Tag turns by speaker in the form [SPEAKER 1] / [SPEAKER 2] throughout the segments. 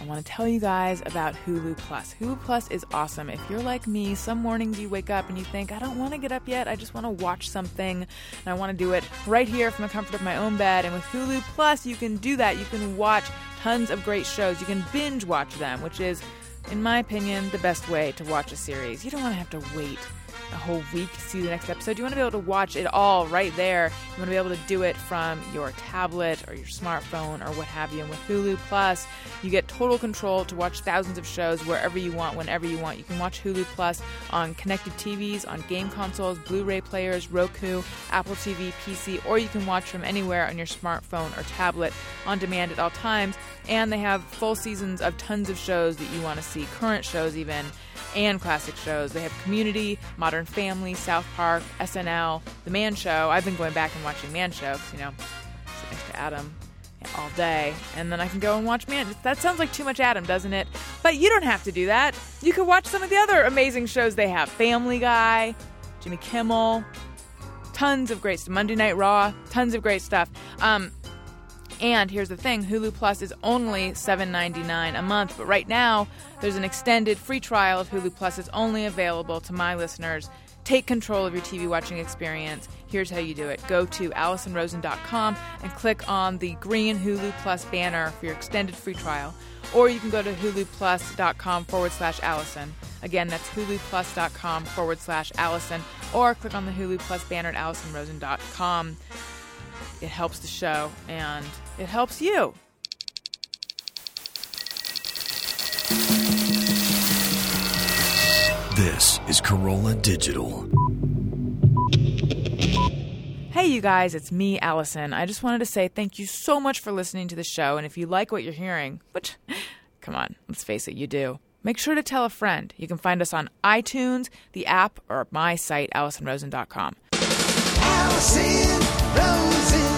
[SPEAKER 1] I want to tell you guys about Hulu Plus. Hulu Plus is awesome. If you're like me, some mornings you wake up and you think, I don't want to get up yet. I just want to watch something. And I want to do it right here from the comfort of my own bed. And with Hulu Plus, you can do that. You can watch tons of great shows. You can binge watch them, which is, in my opinion, the best way to watch a series. You don't want to have to wait a whole week to see the next episode. You want to be able to watch it all right there. You want to be able to do it from your tablet or your smartphone or what have you. And with Hulu Plus, you get total control to watch thousands of shows wherever you want, whenever you want. You can watch Hulu Plus on connected TVs, on game consoles, Blu ray players, Roku, Apple TV, PC, or you can watch from anywhere on your smartphone or tablet on demand at all times. And they have full seasons of tons of shows that you want to see, current shows even and classic shows. They have Community, Modern Family, South Park, SNL, The Man Show. I've been going back and watching Man Show because, you know, sit next to Adam all day. And then I can go and watch Man. That sounds like too much Adam, doesn't it? But you don't have to do that. You can watch some of the other amazing shows they have Family Guy, Jimmy Kimmel, tons of great stuff. Monday Night Raw, tons of great stuff. Um, and here's the thing Hulu Plus is only $7.99 a month, but right now there's an extended free trial of Hulu Plus. It's only available to my listeners. Take control of your TV watching experience. Here's how you do it go to AllisonRosen.com and click on the green Hulu Plus banner for your extended free trial. Or you can go to HuluPlus.com forward slash Allison. Again, that's HuluPlus.com forward slash Allison. Or click on the Hulu Plus banner at AllisonRosen.com it helps the show and it helps you.
[SPEAKER 2] This is Corolla Digital.
[SPEAKER 1] Hey, you guys, it's me, Allison. I just wanted to say thank you so much for listening to the show. And if you like what you're hearing, which, come on, let's face it, you do. Make sure to tell a friend. You can find us on iTunes, the app, or my site, AllisonRosen.com.
[SPEAKER 3] Allison Rosen.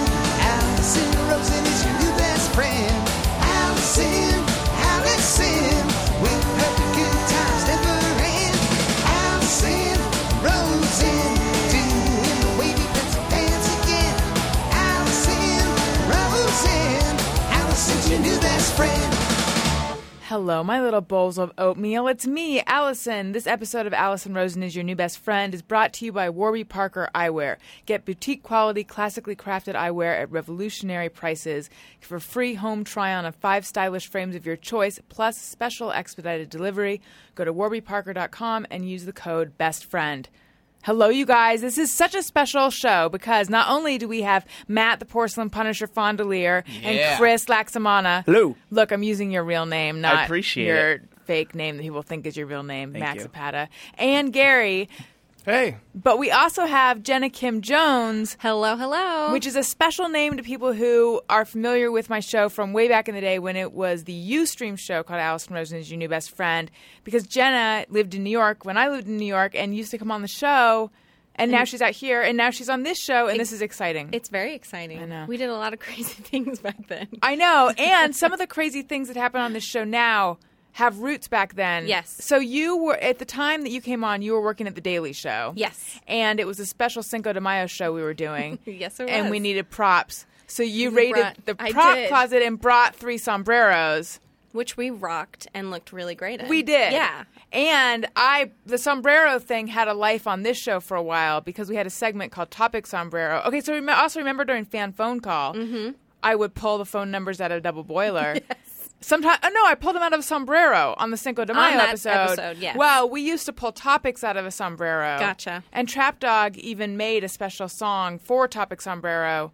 [SPEAKER 3] Allison Rosen is your new best friend. Allison, Allison, with her good times never end. Allison Rosen, doing the wavy pencil dance again. Allison Rosen, Allison's your new best friend.
[SPEAKER 1] Hello, my little bowls of oatmeal. It's me, Allison. This episode of Allison Rosen is Your New Best Friend is brought to you by Warby Parker Eyewear. Get boutique quality, classically crafted eyewear at revolutionary prices. For free home try on of five stylish frames of your choice, plus special expedited delivery, go to warbyparker.com and use the code BESTFRIEND. Hello, you guys. This is such a special show because not only do we have Matt the Porcelain Punisher Fondelier and
[SPEAKER 4] Yeah.
[SPEAKER 1] Chris Laxamana.
[SPEAKER 5] Hello.
[SPEAKER 1] Look, I'm using your real name, not
[SPEAKER 4] appreciate
[SPEAKER 1] your fake name that people think is your real name,
[SPEAKER 4] Thank
[SPEAKER 1] Max
[SPEAKER 4] you.
[SPEAKER 1] Zapata, and Gary.
[SPEAKER 5] Hey,
[SPEAKER 1] But we also have Jenna Kim Jones,
[SPEAKER 6] Hello, hello.
[SPEAKER 1] which is a special name to people who are familiar with my show from way back in the day when it was the Ustream show called Allison Rosen is Your New Best Friend. Because Jenna lived in New York when I lived in New York and used to come on the show. And now she's out here, and now she's on this show, and this is exciting.
[SPEAKER 6] it's very exciting. I
[SPEAKER 1] know.
[SPEAKER 6] We did a lot of crazy things back then.
[SPEAKER 1] I know. And some of the crazy things that happen on this show now have roots back then.
[SPEAKER 6] Yes.
[SPEAKER 1] So you were at the time that you came on, you were working at the Daily Show.
[SPEAKER 6] Yes.
[SPEAKER 1] And it was a special Cinco de Mayo show we were doing.
[SPEAKER 6] Yes, it
[SPEAKER 1] And
[SPEAKER 6] was.
[SPEAKER 1] we needed props. So you
[SPEAKER 6] We
[SPEAKER 1] raided
[SPEAKER 6] brought-
[SPEAKER 1] the
[SPEAKER 6] I
[SPEAKER 1] prop
[SPEAKER 6] did.
[SPEAKER 1] closet and brought three sombreros.
[SPEAKER 6] Which we rocked and looked really great at.
[SPEAKER 1] We did.
[SPEAKER 6] Yeah.
[SPEAKER 1] And I the sombrero thing had a life on this show for a while because we had a segment called Topic Sombrero. Okay, so rem- also remember during fan phone call,
[SPEAKER 6] Mm-hmm.
[SPEAKER 1] I would pull the phone numbers out of double boiler. Sometimes, oh no, I pulled them out of a sombrero on the Cinco de
[SPEAKER 6] On
[SPEAKER 1] Mayo
[SPEAKER 6] that
[SPEAKER 1] episode.
[SPEAKER 6] episode, yes.
[SPEAKER 1] Well, we used to pull topics out of a sombrero.
[SPEAKER 6] Gotcha.
[SPEAKER 1] And Trap Dog even made a special song for Topic Sombrero,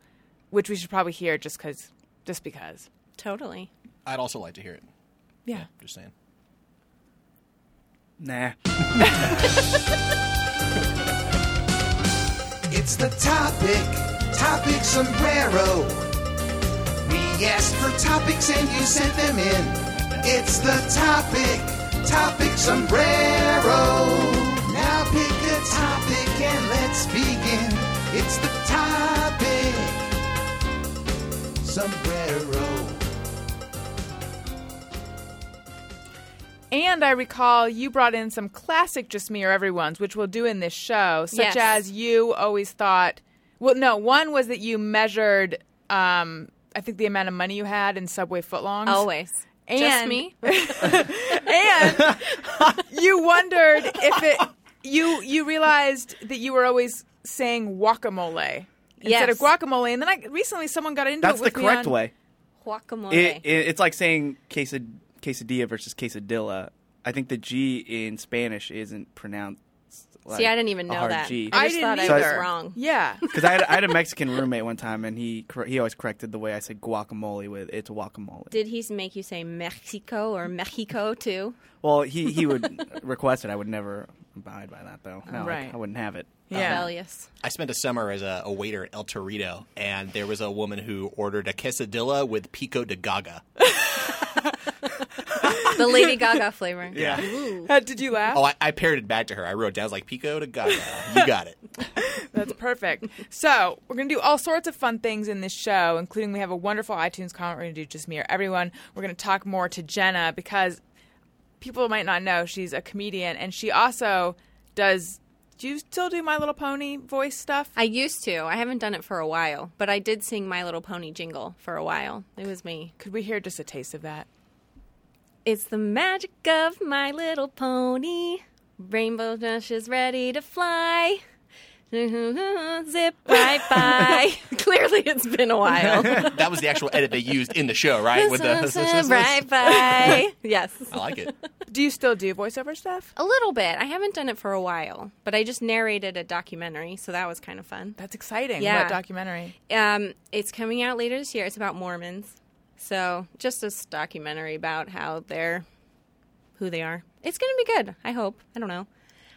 [SPEAKER 1] which we should probably hear just because, just because.
[SPEAKER 6] Totally.
[SPEAKER 4] I'd also like to hear it.
[SPEAKER 1] Yeah.
[SPEAKER 4] Just saying.
[SPEAKER 5] nah.
[SPEAKER 3] It's the topic, topic sombrero. We asked for topics and you sent them in. It's the topic, topic sombrero. Now pick a topic and let's begin. It's the topic, sombrero.
[SPEAKER 1] And I recall you brought in some classic Just Me or Everyone's, which we'll do in this show, such
[SPEAKER 6] Yes.
[SPEAKER 1] as you always thought. Well, no, one was that you measured, um, I think, the amount of money you had in Subway footlongs.
[SPEAKER 6] Always.
[SPEAKER 1] And
[SPEAKER 6] Just me?
[SPEAKER 1] and you wondered if it you you realized that you were always saying guacamole instead
[SPEAKER 6] Yes.
[SPEAKER 1] of guacamole and then I recently someone got into
[SPEAKER 4] That's
[SPEAKER 1] it
[SPEAKER 4] the
[SPEAKER 1] with me
[SPEAKER 4] correct
[SPEAKER 1] on-
[SPEAKER 4] way.
[SPEAKER 6] Guacamole.
[SPEAKER 4] It, it, it's like saying quesad- quesadilla versus quesadilla. I think the G in Spanish isn't pronounced. Like
[SPEAKER 6] See, I didn't even know that.
[SPEAKER 1] I
[SPEAKER 6] I just
[SPEAKER 1] didn't
[SPEAKER 6] thought I
[SPEAKER 1] either.
[SPEAKER 6] was wrong.
[SPEAKER 1] Yeah.
[SPEAKER 4] Because I, had- I had a Mexican roommate one time, and he cor- he always corrected the way I said guacamole with it's guacamole.
[SPEAKER 6] Did he make you say Mexico or Mexico too?
[SPEAKER 4] well, he he would request it. I would never abide by that though. No, I-
[SPEAKER 1] Right.
[SPEAKER 4] I, wouldn't have it. Uh,
[SPEAKER 1] Yeah.
[SPEAKER 6] Rebellious.
[SPEAKER 5] I spent a summer as a, a waiter at El Torito, and there was a woman who ordered a quesadilla with pico de gaga.
[SPEAKER 6] The Lady Gaga flavor.
[SPEAKER 5] Yeah.
[SPEAKER 6] Ooh.
[SPEAKER 1] Uh, did you laugh?
[SPEAKER 5] Oh, I, I parroted back to her. I wrote down, I was like, pico de gaga. You got it.
[SPEAKER 1] That's perfect. So we're gonna do all sorts of fun things in this show, including we have a wonderful iTunes comment. We're gonna do just me or everyone. We're gonna talk more to Jenna because people might not know she's a comedian and she also does. Do you still do My Little Pony voice stuff?
[SPEAKER 6] I used to. I haven't done it for a while, but I did sing My Little Pony jingle for a while. It was me.
[SPEAKER 1] Could we hear just a taste of that?
[SPEAKER 6] It's the magic of My Little Pony. Rainbow Dash is ready to fly. Zip right by. Clearly, it's been a while.
[SPEAKER 5] That was the actual edit they used in the show, right?
[SPEAKER 6] Zip right by. Yes.
[SPEAKER 5] I like it.
[SPEAKER 1] Do you still do voiceover stuff?
[SPEAKER 6] A little bit. I haven't done it for a while, but I just narrated a documentary, so that was kind of fun.
[SPEAKER 1] That's exciting.
[SPEAKER 6] Yeah.
[SPEAKER 1] What documentary?
[SPEAKER 6] Um, it's coming out later this year. It's about Mormons. So just this documentary about how they're who they are. It's going to be good. I hope. I don't know.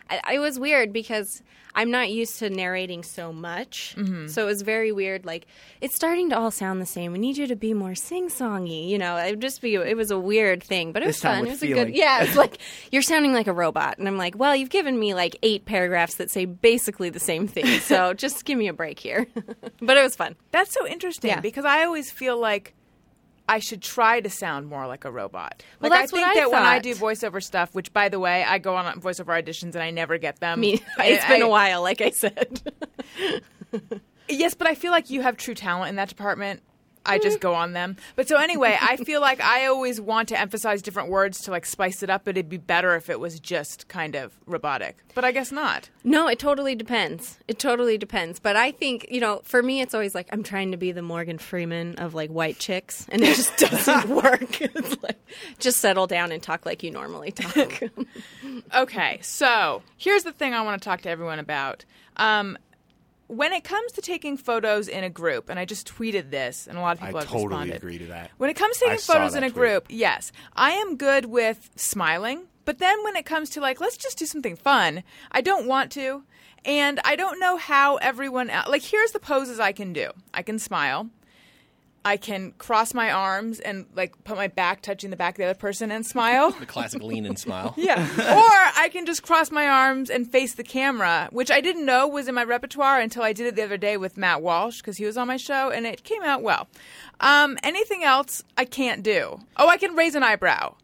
[SPEAKER 6] I, it was weird because I'm not used to narrating so much,
[SPEAKER 4] Mm-hmm.
[SPEAKER 6] so it was very weird. Like it's starting to all sound the same. We need you to be more sing-songy. You know, it just be. It was a weird thing, but it
[SPEAKER 4] This
[SPEAKER 6] was
[SPEAKER 4] time
[SPEAKER 6] fun.
[SPEAKER 4] with
[SPEAKER 6] It was a
[SPEAKER 4] feeling.
[SPEAKER 6] good. Yeah, it's like you're sounding like a robot, and I'm like, well, you've given me like eight paragraphs that say basically the same thing, so just give me a break here. but it was fun.
[SPEAKER 1] That's so interesting
[SPEAKER 6] Yeah.
[SPEAKER 1] because I always feel like I should try to sound more like a robot.
[SPEAKER 6] Well,
[SPEAKER 1] like
[SPEAKER 6] that's
[SPEAKER 1] I
[SPEAKER 6] what
[SPEAKER 1] think
[SPEAKER 6] I
[SPEAKER 1] that when I
[SPEAKER 6] thought.
[SPEAKER 1] do voiceover stuff, which by the way, I go on voiceover auditions and I never get them.
[SPEAKER 6] Me,
[SPEAKER 1] I-
[SPEAKER 6] it's been
[SPEAKER 1] I-
[SPEAKER 6] a while, like I said.
[SPEAKER 1] Yes, but I feel like you have true talent in that department. I just
[SPEAKER 6] Mm.
[SPEAKER 1] go on them. But so anyway, I feel like I always want to emphasize different words to like spice it up, but it'd be better if it was just kind of robotic. But I guess not.
[SPEAKER 6] No, it totally depends. It totally depends. But I think, you know, for me, it's always like I'm trying to be the Morgan Freeman of like white chicks, and it just doesn't work. It's like, just settle down and talk like you normally talk.
[SPEAKER 1] Okay, so here's the thing I want to talk to everyone about. Um, when it comes to taking photos in a group, and I just tweeted this, and a lot of people have responded.
[SPEAKER 5] to that.
[SPEAKER 1] When it comes to taking
[SPEAKER 5] I saw
[SPEAKER 1] photos in
[SPEAKER 5] that
[SPEAKER 1] a
[SPEAKER 5] tweet.
[SPEAKER 1] group, yes, I am good with smiling. But then when it comes to like, let's just do something fun, I don't want to. And I don't know how everyone, el- like, here's the poses I can do I can smile. I can cross my arms and like put my back touching the back of the other person and smile.
[SPEAKER 5] The classic lean and smile.
[SPEAKER 1] Yeah. or I can just cross my arms and face the camera, which I didn't know was in my repertoire until I did it the other day with Matt Walsh because he was on my show and it came out well. Um, anything else I can't do? Oh, I can raise an eyebrow.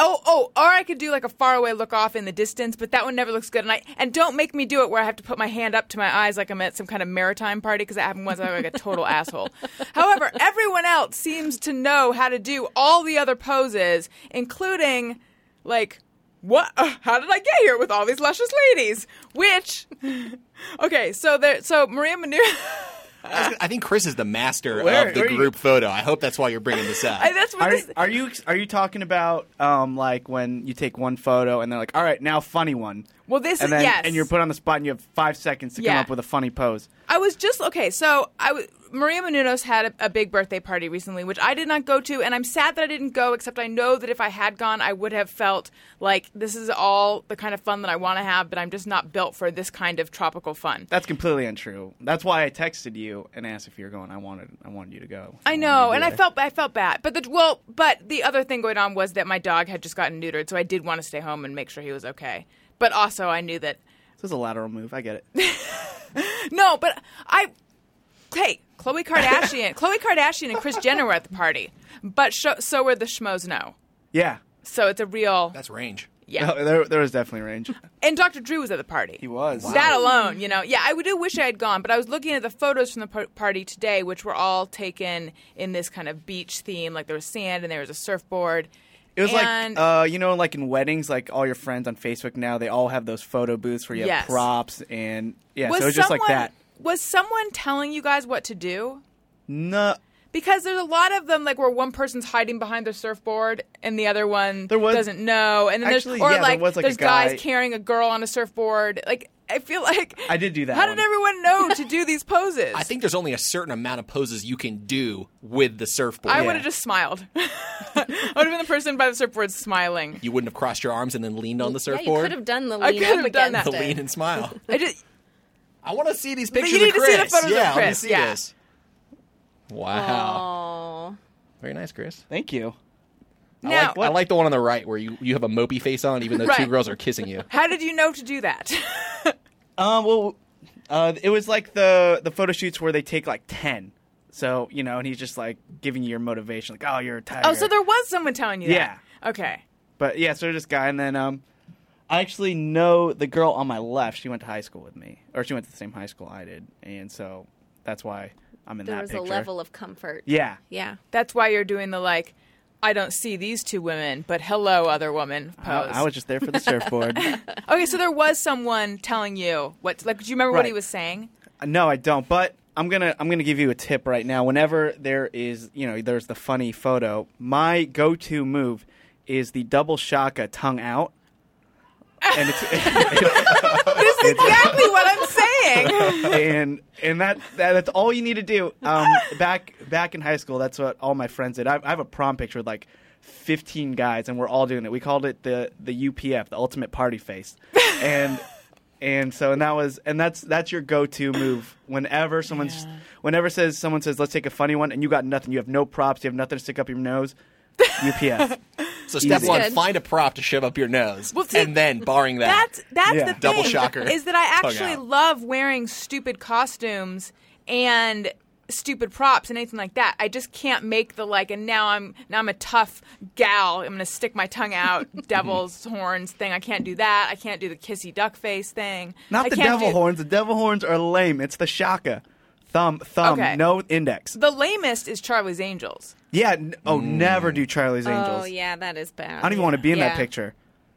[SPEAKER 1] Oh, oh, or I could do like a faraway look off in the distance, but that one never looks good. And I and don't make me do it where I have to put my hand up to my eyes like I'm at some kind of maritime party because that happened once. I was like a total asshole. However, everyone else seems to know how to do all the other poses, including like what uh, how did i get here with all these luscious ladies which okay so there so maria Menounos.
[SPEAKER 5] I was gonna- I think Chris is the master
[SPEAKER 4] Where-
[SPEAKER 5] of the
[SPEAKER 4] where are you-
[SPEAKER 5] group photo. I hope that's why you're bringing this up.
[SPEAKER 1] I- that's what
[SPEAKER 4] Are,
[SPEAKER 1] this
[SPEAKER 4] are you are you talking about um, like when you take one photo and they're like, all right, now funny one,
[SPEAKER 1] well this
[SPEAKER 4] and
[SPEAKER 1] is
[SPEAKER 4] then
[SPEAKER 1] yes
[SPEAKER 4] and you're put on the spot and you have five seconds to
[SPEAKER 1] Yeah.
[SPEAKER 4] come up with a funny pose.
[SPEAKER 1] i was just okay so i w- maria Menounos had a, a big birthday party recently which i did not go to and i'm sad that i didn't go except i know that if i had gone i would have felt like this is all the kind of fun that i want to have but i'm just not built for this kind of tropical fun
[SPEAKER 4] That's completely untrue. That's why I texted you and asked if you were going. I wanted I wanted you to go.
[SPEAKER 1] I know, and I
[SPEAKER 4] felt.
[SPEAKER 1] felt I felt bad. But the well, but the other thing going on was that my dog had just gotten neutered, so I did want to stay home and make sure he was okay. But also, I knew that
[SPEAKER 4] This is a lateral move. I get it.
[SPEAKER 1] no, but I hey, Khloe Kardashian, Khloe Kardashian and Chris Jenner were at the party, but sh- so were the schmoes. No,
[SPEAKER 4] Yeah.
[SPEAKER 1] so it's a real
[SPEAKER 5] that's range.
[SPEAKER 6] Yeah.
[SPEAKER 4] No, there, there was definitely range.
[SPEAKER 1] And Dr. Drew was at the party.
[SPEAKER 4] He was.
[SPEAKER 1] That alone, you know. Yeah, I do wish I had gone, but I was looking at the photos from the par- party today, which were all taken in this kind of beach theme. Like there was sand and there was a surfboard.
[SPEAKER 4] It was
[SPEAKER 1] And-
[SPEAKER 4] like uh, you know, like in weddings, like all your friends on Facebook now, they all have those photo booths where you
[SPEAKER 1] Yes.
[SPEAKER 4] have props and yeah. so it was just like that.
[SPEAKER 1] Was someone telling you guys what to do?
[SPEAKER 4] No,
[SPEAKER 1] Because there's a lot of them, like where one person's hiding behind their surfboard and the other one
[SPEAKER 4] There was-
[SPEAKER 1] doesn't know, and then
[SPEAKER 4] Actually,
[SPEAKER 1] there's or
[SPEAKER 4] yeah, there
[SPEAKER 1] like,
[SPEAKER 4] was, like, a
[SPEAKER 1] there's guys
[SPEAKER 4] guy-
[SPEAKER 1] carrying a girl on a surfboard. Like I feel like
[SPEAKER 4] I did do that
[SPEAKER 1] How
[SPEAKER 4] one.
[SPEAKER 1] did everyone know to do these poses?
[SPEAKER 5] I think there's only a certain amount of poses you can do with the surfboard.
[SPEAKER 1] I would have just smiled. I would have been the person by the surfboard smiling.
[SPEAKER 5] You wouldn't have crossed your arms and then leaned on the
[SPEAKER 6] Yeah, you
[SPEAKER 5] surfboard.
[SPEAKER 6] could have done the
[SPEAKER 1] I
[SPEAKER 6] lean
[SPEAKER 1] could
[SPEAKER 6] up
[SPEAKER 1] have done
[SPEAKER 6] against
[SPEAKER 1] that.
[SPEAKER 5] the
[SPEAKER 6] it.
[SPEAKER 5] lean and smile.
[SPEAKER 1] I just
[SPEAKER 5] I want to see these
[SPEAKER 1] you
[SPEAKER 5] pictures
[SPEAKER 1] need
[SPEAKER 5] of
[SPEAKER 1] to see the
[SPEAKER 5] Chris.
[SPEAKER 1] photos of
[SPEAKER 5] yeah, let me
[SPEAKER 1] Chris,
[SPEAKER 5] see
[SPEAKER 1] yeah.
[SPEAKER 5] this. Wow.
[SPEAKER 6] Oh,
[SPEAKER 5] Very nice, Chris.
[SPEAKER 4] thank you.
[SPEAKER 5] I,
[SPEAKER 1] now.
[SPEAKER 5] like, I like the one on the right where you, you have a mopey face on, even though two
[SPEAKER 1] Right.
[SPEAKER 5] girls are kissing you.
[SPEAKER 1] how did you know to do that?
[SPEAKER 4] Um, well, uh, it was like the the photo shoots where they take like ten. So you know, and he's just like giving you your motivation, like, "Oh, you're tired."
[SPEAKER 1] oh, so there was someone telling you that.
[SPEAKER 4] Yeah.
[SPEAKER 1] Okay.
[SPEAKER 4] But yeah, so this guy, and then um, I actually know the girl on my left. She went to high school with me, or she went to the same high school I did, and so that's why I'm in
[SPEAKER 6] there
[SPEAKER 4] that
[SPEAKER 6] was
[SPEAKER 4] picture.
[SPEAKER 6] a level of comfort.
[SPEAKER 4] Yeah.
[SPEAKER 6] Yeah.
[SPEAKER 1] That's why you're doing the like, I don't see these two women, but hello, other woman pose.
[SPEAKER 4] I, I was just there for the surfboard.
[SPEAKER 1] okay, so there was someone telling you what, like, do you remember what he
[SPEAKER 4] Right.
[SPEAKER 1] was saying?
[SPEAKER 4] No, I don't. But I'm gonna I'm gonna give you a tip right now. Whenever there is you know there's the funny photo, my go-to move is the double shaka tongue out. and it's
[SPEAKER 1] This is exactly what I'm saying.
[SPEAKER 4] and and that, that that's all you need to do. Um, back back in high school, that's what all my friends did. I, I have a prom picture with like 15 guys, and we're all doing it. We called it the the UPF, the ultimate party face, and and so and that was and that's that's your go to move whenever someone's whenever says someone says let's take a funny one, and you got nothing, you have no props, you have nothing to stick up your nose. UPF.
[SPEAKER 5] So step
[SPEAKER 4] Easy.
[SPEAKER 5] one,
[SPEAKER 6] Good.
[SPEAKER 5] find a prop to shove up your nose,
[SPEAKER 1] Well, see,
[SPEAKER 5] and then barring that,
[SPEAKER 1] That's that's
[SPEAKER 4] Yeah.
[SPEAKER 1] the thing.
[SPEAKER 5] Double shocker.
[SPEAKER 1] Is that I
[SPEAKER 5] Tongue
[SPEAKER 1] actually
[SPEAKER 5] out.
[SPEAKER 1] love wearing stupid costumes and stupid props and anything like that. I just can't make the like and now I'm now I'm a tough gal. I'm gonna stick my tongue out, devil's horns thing. I can't do that. I can't do the kissy duck face thing.
[SPEAKER 4] Not
[SPEAKER 1] I
[SPEAKER 4] the
[SPEAKER 1] can't
[SPEAKER 4] devil
[SPEAKER 1] do-
[SPEAKER 4] horns. The devil horns are lame. It's the shaka. Thumb, thumb,
[SPEAKER 1] Okay.
[SPEAKER 4] no index.
[SPEAKER 1] The lamest is Charlie's Angels.
[SPEAKER 4] Yeah. N- oh, never do Charlie's Angels.
[SPEAKER 6] Oh, yeah, that is bad.
[SPEAKER 4] I don't even want to be in
[SPEAKER 6] Yeah.
[SPEAKER 4] that picture.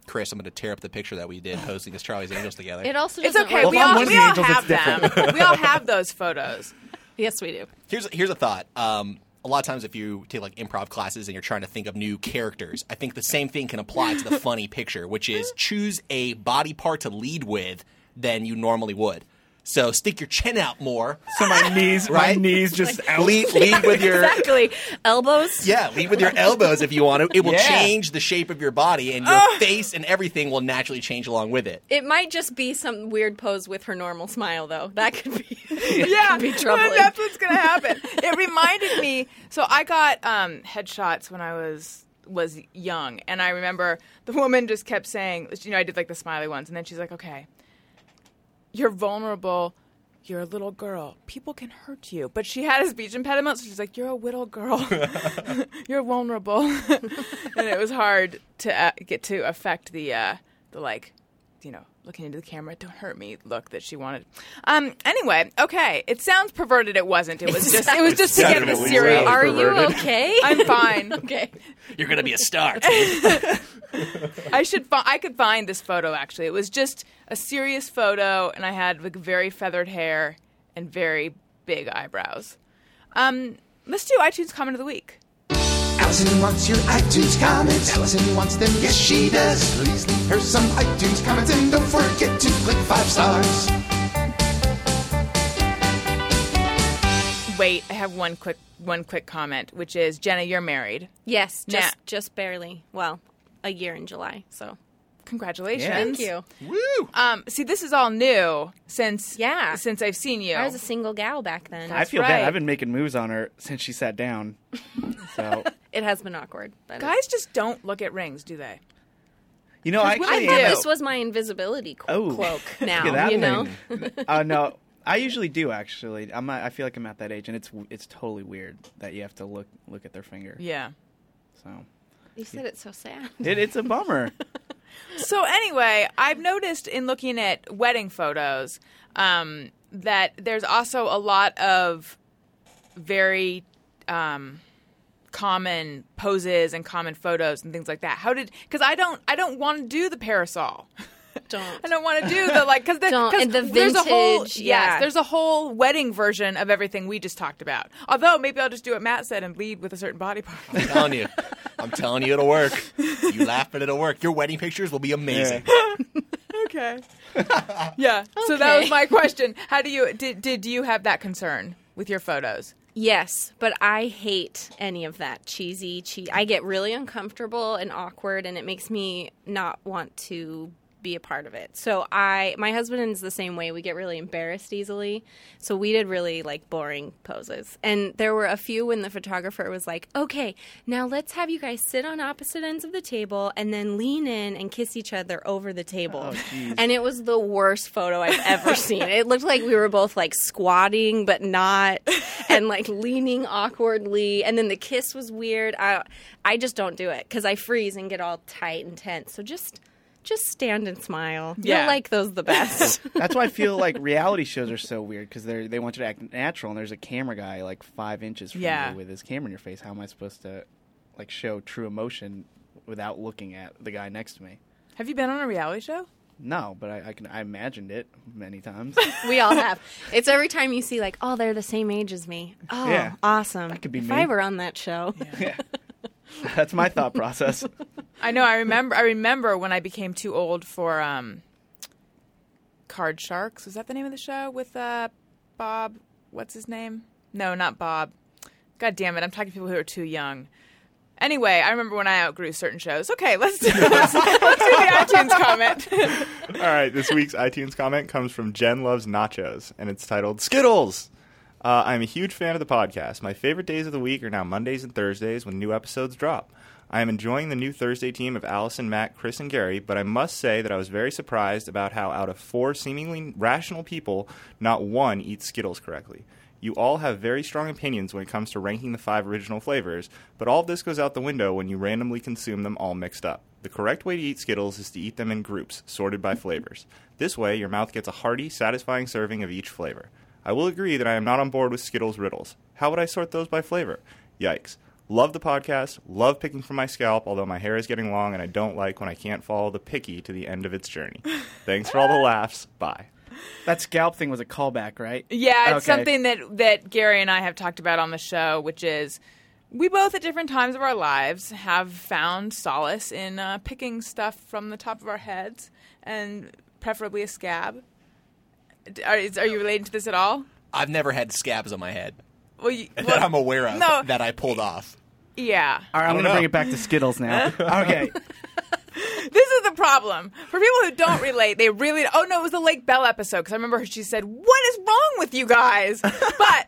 [SPEAKER 5] Chris, I'm going to tear up the picture that we did posing as Charlie's Angels together.
[SPEAKER 6] It also
[SPEAKER 1] It's
[SPEAKER 6] doesn't
[SPEAKER 1] okay.
[SPEAKER 6] work
[SPEAKER 1] we
[SPEAKER 4] if I'm
[SPEAKER 1] all,
[SPEAKER 4] one of
[SPEAKER 1] we
[SPEAKER 4] the
[SPEAKER 1] all
[SPEAKER 4] angels,
[SPEAKER 1] have
[SPEAKER 4] it's
[SPEAKER 1] them. we all have those photos.
[SPEAKER 6] Yes, we do.
[SPEAKER 5] Here's here's a thought. Um, a lot of times, if you take like improv classes and you're trying to think of new characters, I think the same thing can apply to the funny picture, which is choose a body part to lead with than you normally would. So stick your chin out more.
[SPEAKER 4] So my knees,
[SPEAKER 5] Right?
[SPEAKER 4] my knees just out.
[SPEAKER 5] Lead, lead with your
[SPEAKER 6] Exactly. Elbows.
[SPEAKER 5] yeah, lead with your elbows if you want to. It will
[SPEAKER 4] Yeah.
[SPEAKER 5] change the shape of your body, and your face and everything will naturally change along with it.
[SPEAKER 6] It might just be some weird pose with her normal smile, though. That could be.
[SPEAKER 1] yeah,
[SPEAKER 6] be
[SPEAKER 1] well,
[SPEAKER 6] troubling.
[SPEAKER 1] That's what's gonna happen. it reminded me. So I got um, headshots when I was was young, and I remember the woman just kept saying, you know, I did like the smiley ones, and then she's like, okay, you're vulnerable. You're a little girl. People can hurt you. But she had a speech impediment, so she's like, "You're a little girl. You're vulnerable." and it was hard to uh, get to affect the uh, the like, you know, looking into the camera, "Don't hurt me." Look that she wanted. Um. Anyway, okay. It sounds perverted. It wasn't. It was just. It was just to get the
[SPEAKER 4] Definitely
[SPEAKER 1] series.
[SPEAKER 4] sounds
[SPEAKER 6] Are you okay?
[SPEAKER 1] I'm fine.
[SPEAKER 6] okay.
[SPEAKER 5] You're gonna be a star. kid.
[SPEAKER 1] I should. Fi- I could find this photo. Actually, it was just a serious photo, and I had like very feathered hair and very big eyebrows. Um, let's do iTunes comment of the week.
[SPEAKER 3] Allison wants your iTunes comments. Allison wants them, yes she does. Please leave her some iTunes comments and don't forget to click five stars.
[SPEAKER 1] Wait, I have one quick one quick comment, which is Jenna, you're married.
[SPEAKER 6] Yes,
[SPEAKER 1] Nah.
[SPEAKER 6] just just barely. Well, a year in July. So
[SPEAKER 1] Congratulations.
[SPEAKER 4] Yeah. Thank
[SPEAKER 6] you.
[SPEAKER 5] Woo!
[SPEAKER 1] Um, see, this is all new since
[SPEAKER 6] Yeah.
[SPEAKER 1] since I've seen you.
[SPEAKER 6] I was a single gal back then.
[SPEAKER 4] I feel
[SPEAKER 1] right.
[SPEAKER 4] bad. I've been making moves on her since she sat down. So
[SPEAKER 6] It has been awkward. But
[SPEAKER 1] Guys just don't look at rings, do they?
[SPEAKER 4] you know, I
[SPEAKER 1] we
[SPEAKER 6] I
[SPEAKER 4] actually
[SPEAKER 1] do.
[SPEAKER 6] thought
[SPEAKER 4] am-
[SPEAKER 6] this was my invisibility qu-
[SPEAKER 4] Oh.
[SPEAKER 6] cloak.
[SPEAKER 4] Look
[SPEAKER 6] Now
[SPEAKER 4] at that
[SPEAKER 6] you know.
[SPEAKER 4] thing. Uh, no, I usually do actually. I'm not, I feel like I'm at that age, and it's it's totally weird that you have to look look at their finger.
[SPEAKER 1] Yeah.
[SPEAKER 4] So
[SPEAKER 6] You said it so sad.
[SPEAKER 4] it, it's a bummer.
[SPEAKER 1] So anyway, I've noticed in looking at wedding photos um, that there's also a lot of very um, common poses and common photos and things like that. How did? Because I don't, I don't want to do the parasol.
[SPEAKER 6] Don't.
[SPEAKER 1] I don't want to do the like because
[SPEAKER 6] Don't. And the
[SPEAKER 1] there's a whole
[SPEAKER 6] vintage,
[SPEAKER 1] yes
[SPEAKER 6] yeah.
[SPEAKER 1] there's a whole wedding version of everything we just talked about. Although maybe I'll just do what Matt said and lead with a certain body part.
[SPEAKER 5] I'm telling you. I'm telling you it'll work. You laugh, but it'll work. Your wedding pictures will be amazing.
[SPEAKER 1] okay. Yeah. So that was
[SPEAKER 6] Okay.
[SPEAKER 1] my question. How do you did did you have that concern with your photos?
[SPEAKER 6] Yes, but I hate any of that cheesy. Che- I get really uncomfortable and awkward, and it makes me not want to be a part of it. So I, my husband is the same way. We get really embarrassed easily. So we did really like boring poses, and there were a few when the photographer was like, "Okay, now let's have you guys sit on opposite ends of the table, and then lean in and kiss each other over the table." and it was the worst photo I've ever seen. It looked like we were both like squatting, but not, and like leaning awkwardly. And then the kiss was weird. I, I just don't do it because I freeze and get all tight and tense. So just, just stand and smile.
[SPEAKER 1] Yeah.
[SPEAKER 6] You'll like those the best.
[SPEAKER 4] That's why I feel like reality shows are so weird because they they want you to act natural, and there's a camera guy like five inches from
[SPEAKER 1] Yeah.
[SPEAKER 4] you with his camera in your face. How am I supposed to like show true emotion without looking at the guy next to me?
[SPEAKER 1] Have you been on a reality show?
[SPEAKER 4] No, but I, I can I imagined it many times.
[SPEAKER 6] we all have. It's every time you see like, oh, they're the same age as me. Oh,
[SPEAKER 4] Yeah.
[SPEAKER 6] awesome.
[SPEAKER 4] That could be
[SPEAKER 6] if
[SPEAKER 4] me.
[SPEAKER 6] I were on that show.
[SPEAKER 4] That's my thought process.
[SPEAKER 1] I know. I remember. I remember when I became too old for um, Card Sharks. Was that the name of the show with uh, Bob? What's his name? No, not Bob. God damn it! I'm talking to people who are too young. Anyway, I remember when I outgrew certain shows. Okay, let's do, let's, let's do the iTunes comment.
[SPEAKER 7] All right, this week's iTunes comment comes from Jen Loves Nachos, and it's titled Skittles. Uh, I'm a huge fan of the podcast. My favorite days of the week are now Mondays and Thursdays when new episodes drop. I am enjoying the new Thursday team of Allison, Matt, Chris, and Gary, but I must say that I was very surprised about how, out of four seemingly rational people, not one eats Skittles correctly. You all have very strong opinions when it comes to ranking the five original flavors, but all of this goes out the window when you randomly consume them all mixed up. The correct way to eat Skittles is to eat them in groups, sorted by flavors. This way, your mouth gets a hearty, satisfying serving of each flavor. I will agree that I am not on board with Skittles riddles. How would I sort those by flavor? Yikes. Love the podcast, love picking from my scalp, although my hair is getting long and I don't like when I can't follow the picky to the end of its journey. Thanks for all the laughs. Bye.
[SPEAKER 4] that scalp thing was a callback, right?
[SPEAKER 1] Yeah, it's
[SPEAKER 4] Okay.
[SPEAKER 1] something that that Gary and I have talked about on the show, which is we both at different times of our lives have found solace in uh, picking stuff from the top of our heads and preferably a scab. D- Are, is, are you related to this at all?
[SPEAKER 5] I've never had scabs on my head
[SPEAKER 1] Well, you, well,
[SPEAKER 5] that I'm aware of
[SPEAKER 1] no.
[SPEAKER 5] that I pulled off.
[SPEAKER 1] yeah.
[SPEAKER 4] All right, I'm
[SPEAKER 7] don't
[SPEAKER 4] gonna bring
[SPEAKER 7] know.
[SPEAKER 4] it back to Skittles now. okay,
[SPEAKER 1] This is the problem for people who don't relate. They really. Oh no, it was the Lake Bell episode because I remember she said, "What is wrong with you guys?" But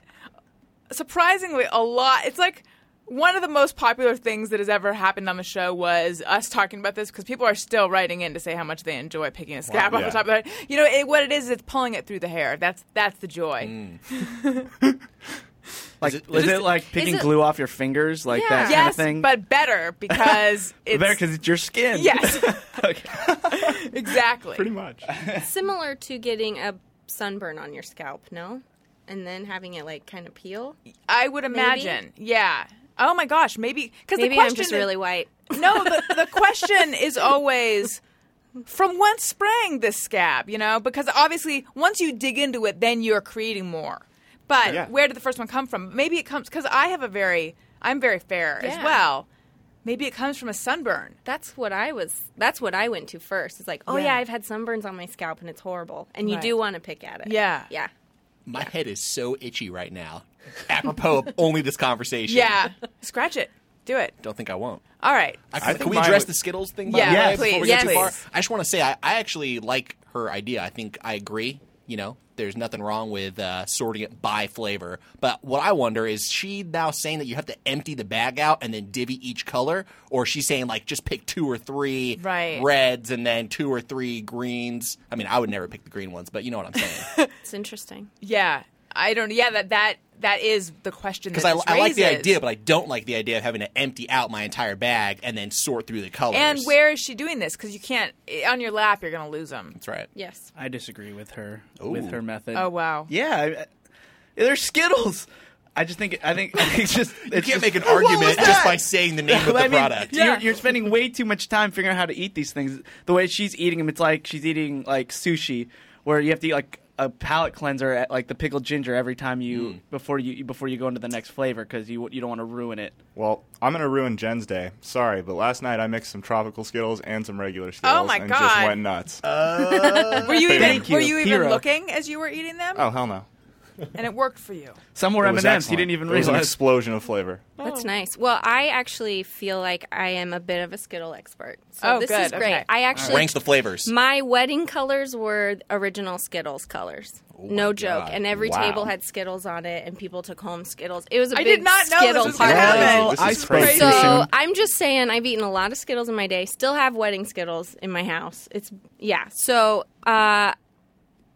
[SPEAKER 1] surprisingly, a lot. It's like one of the most popular things that has ever happened on the show was us talking about this because people are still writing in to say how much they enjoy picking a scab off
[SPEAKER 7] yeah.
[SPEAKER 1] the top of their head. You know it, what it is? It's pulling it through the hair. That's that's the joy.
[SPEAKER 7] Mm.
[SPEAKER 4] like
[SPEAKER 5] Is it-
[SPEAKER 4] was
[SPEAKER 5] is
[SPEAKER 4] it like picking
[SPEAKER 6] it-
[SPEAKER 4] glue off your fingers, like that
[SPEAKER 6] Yeah.
[SPEAKER 4] kind
[SPEAKER 1] Yes,
[SPEAKER 4] of thing?
[SPEAKER 1] but better because it's
[SPEAKER 4] better because it's your skin.
[SPEAKER 1] yes,
[SPEAKER 4] Okay.
[SPEAKER 1] exactly.
[SPEAKER 7] Pretty much.
[SPEAKER 6] Similar to getting a sunburn on your scalp, no? And then having it like kind of peel.
[SPEAKER 1] I would imagine. Yeah. Oh my gosh, maybe because the
[SPEAKER 6] Maybe
[SPEAKER 1] question
[SPEAKER 6] I'm just
[SPEAKER 1] is,
[SPEAKER 6] really white.
[SPEAKER 1] no. The, the question is always from whence sprang this scab? You know, because obviously once you dig into it, then you're creating more. But
[SPEAKER 7] Yeah.
[SPEAKER 1] where did the first one come from? Maybe it comes because I have a very I'm very fair as
[SPEAKER 6] Yeah.
[SPEAKER 1] well. Maybe it comes from a sunburn.
[SPEAKER 6] That's what I was. That's what I went to first. It's like, oh yeah,
[SPEAKER 1] Yeah.
[SPEAKER 6] I've had sunburns on my scalp and it's horrible, and you
[SPEAKER 1] Right.
[SPEAKER 6] do want to pick at it.
[SPEAKER 1] Yeah.
[SPEAKER 6] yeah.
[SPEAKER 5] My head is so itchy right now. Apropos of only this conversation.
[SPEAKER 1] Yeah, scratch it, do it.
[SPEAKER 5] Don't think I won't.
[SPEAKER 1] All right.
[SPEAKER 5] I,
[SPEAKER 7] I
[SPEAKER 5] can
[SPEAKER 7] think
[SPEAKER 5] we
[SPEAKER 7] mine
[SPEAKER 5] address
[SPEAKER 7] would-
[SPEAKER 5] the Skittles thing? By
[SPEAKER 1] Yeah,
[SPEAKER 5] the way,
[SPEAKER 1] please,
[SPEAKER 5] Before we get
[SPEAKER 1] yes,
[SPEAKER 5] too far,
[SPEAKER 1] please.
[SPEAKER 5] I just want to say I, I actually like her idea. I think I agree. You know, there's nothing wrong with uh, sorting it by flavor. But what I wonder is she now saying that you have to empty the bag out and then divvy each color, or she's saying like just pick two or three
[SPEAKER 1] Right.
[SPEAKER 5] reds and then two or three greens. I mean, I would never pick the green ones, but you know what I'm saying.
[SPEAKER 6] It's interesting.
[SPEAKER 1] Yeah, I don't. Yeah, that that that is the question.
[SPEAKER 5] Because
[SPEAKER 1] Because
[SPEAKER 5] I, I like the idea, but I don't like the idea of having to empty out my entire bag and then sort through the colors.
[SPEAKER 1] and where is she doing this? Because you can't on your lap. You're going to lose them.
[SPEAKER 5] That's right.
[SPEAKER 6] Yes.
[SPEAKER 4] I disagree with her
[SPEAKER 5] Ooh.
[SPEAKER 4] with her method.
[SPEAKER 1] Oh wow.
[SPEAKER 4] Yeah, I, I- they're Skittles. I just think I think it's just
[SPEAKER 5] You
[SPEAKER 4] it's just-
[SPEAKER 5] can't make an
[SPEAKER 4] What was
[SPEAKER 5] argument just
[SPEAKER 4] that?
[SPEAKER 5] by saying the name of the
[SPEAKER 4] But I mean,
[SPEAKER 5] product.
[SPEAKER 4] You're, you're spending way too much time figuring out how to eat these things. The way she's eating them, it's like she's eating like sushi, where you have to eat like a palate cleanser, at, like the pickled ginger, every time you
[SPEAKER 5] Hmm.
[SPEAKER 4] before you before you go into the next flavor because you you don't want to ruin it.
[SPEAKER 7] Well, I'm gonna ruin Jen's day. Sorry, but last night I mixed some tropical Skittles and some
[SPEAKER 6] Oh
[SPEAKER 7] regular Skittles
[SPEAKER 1] my
[SPEAKER 7] and
[SPEAKER 1] God.
[SPEAKER 7] just went nuts.
[SPEAKER 6] Uh,
[SPEAKER 1] Were you even
[SPEAKER 4] Thank you.
[SPEAKER 1] were you even
[SPEAKER 4] Hero.
[SPEAKER 1] looking as you were eating them?
[SPEAKER 7] oh hell no!
[SPEAKER 1] And it worked for you.
[SPEAKER 4] Some were
[SPEAKER 7] It
[SPEAKER 4] M
[SPEAKER 7] was
[SPEAKER 4] and M's. You
[SPEAKER 7] excellent.
[SPEAKER 4] didn't even
[SPEAKER 7] It was an
[SPEAKER 4] realize.
[SPEAKER 7] explosion of flavor.
[SPEAKER 6] That's nice. Well, I actually feel like I am a bit of a Skittle expert. So
[SPEAKER 1] Oh,
[SPEAKER 6] this
[SPEAKER 1] good.
[SPEAKER 6] is great.
[SPEAKER 1] Okay.
[SPEAKER 6] I actually
[SPEAKER 5] Rank the flavors.
[SPEAKER 6] my wedding colors were original Skittles colors. no joke.
[SPEAKER 5] God.
[SPEAKER 6] And every
[SPEAKER 7] Wow.
[SPEAKER 6] table had Skittles on it and people took home Skittles. It was a
[SPEAKER 1] I
[SPEAKER 6] big
[SPEAKER 1] did not know this
[SPEAKER 6] Skittle
[SPEAKER 1] was
[SPEAKER 6] party.
[SPEAKER 1] gonna happen.
[SPEAKER 7] This
[SPEAKER 4] I
[SPEAKER 7] is
[SPEAKER 4] sprayed
[SPEAKER 7] crazy.
[SPEAKER 4] too
[SPEAKER 6] So
[SPEAKER 4] soon.
[SPEAKER 6] I'm just saying, I've eaten a lot of Skittles in my day. Still have wedding Skittles in my house. It's yeah. So uh,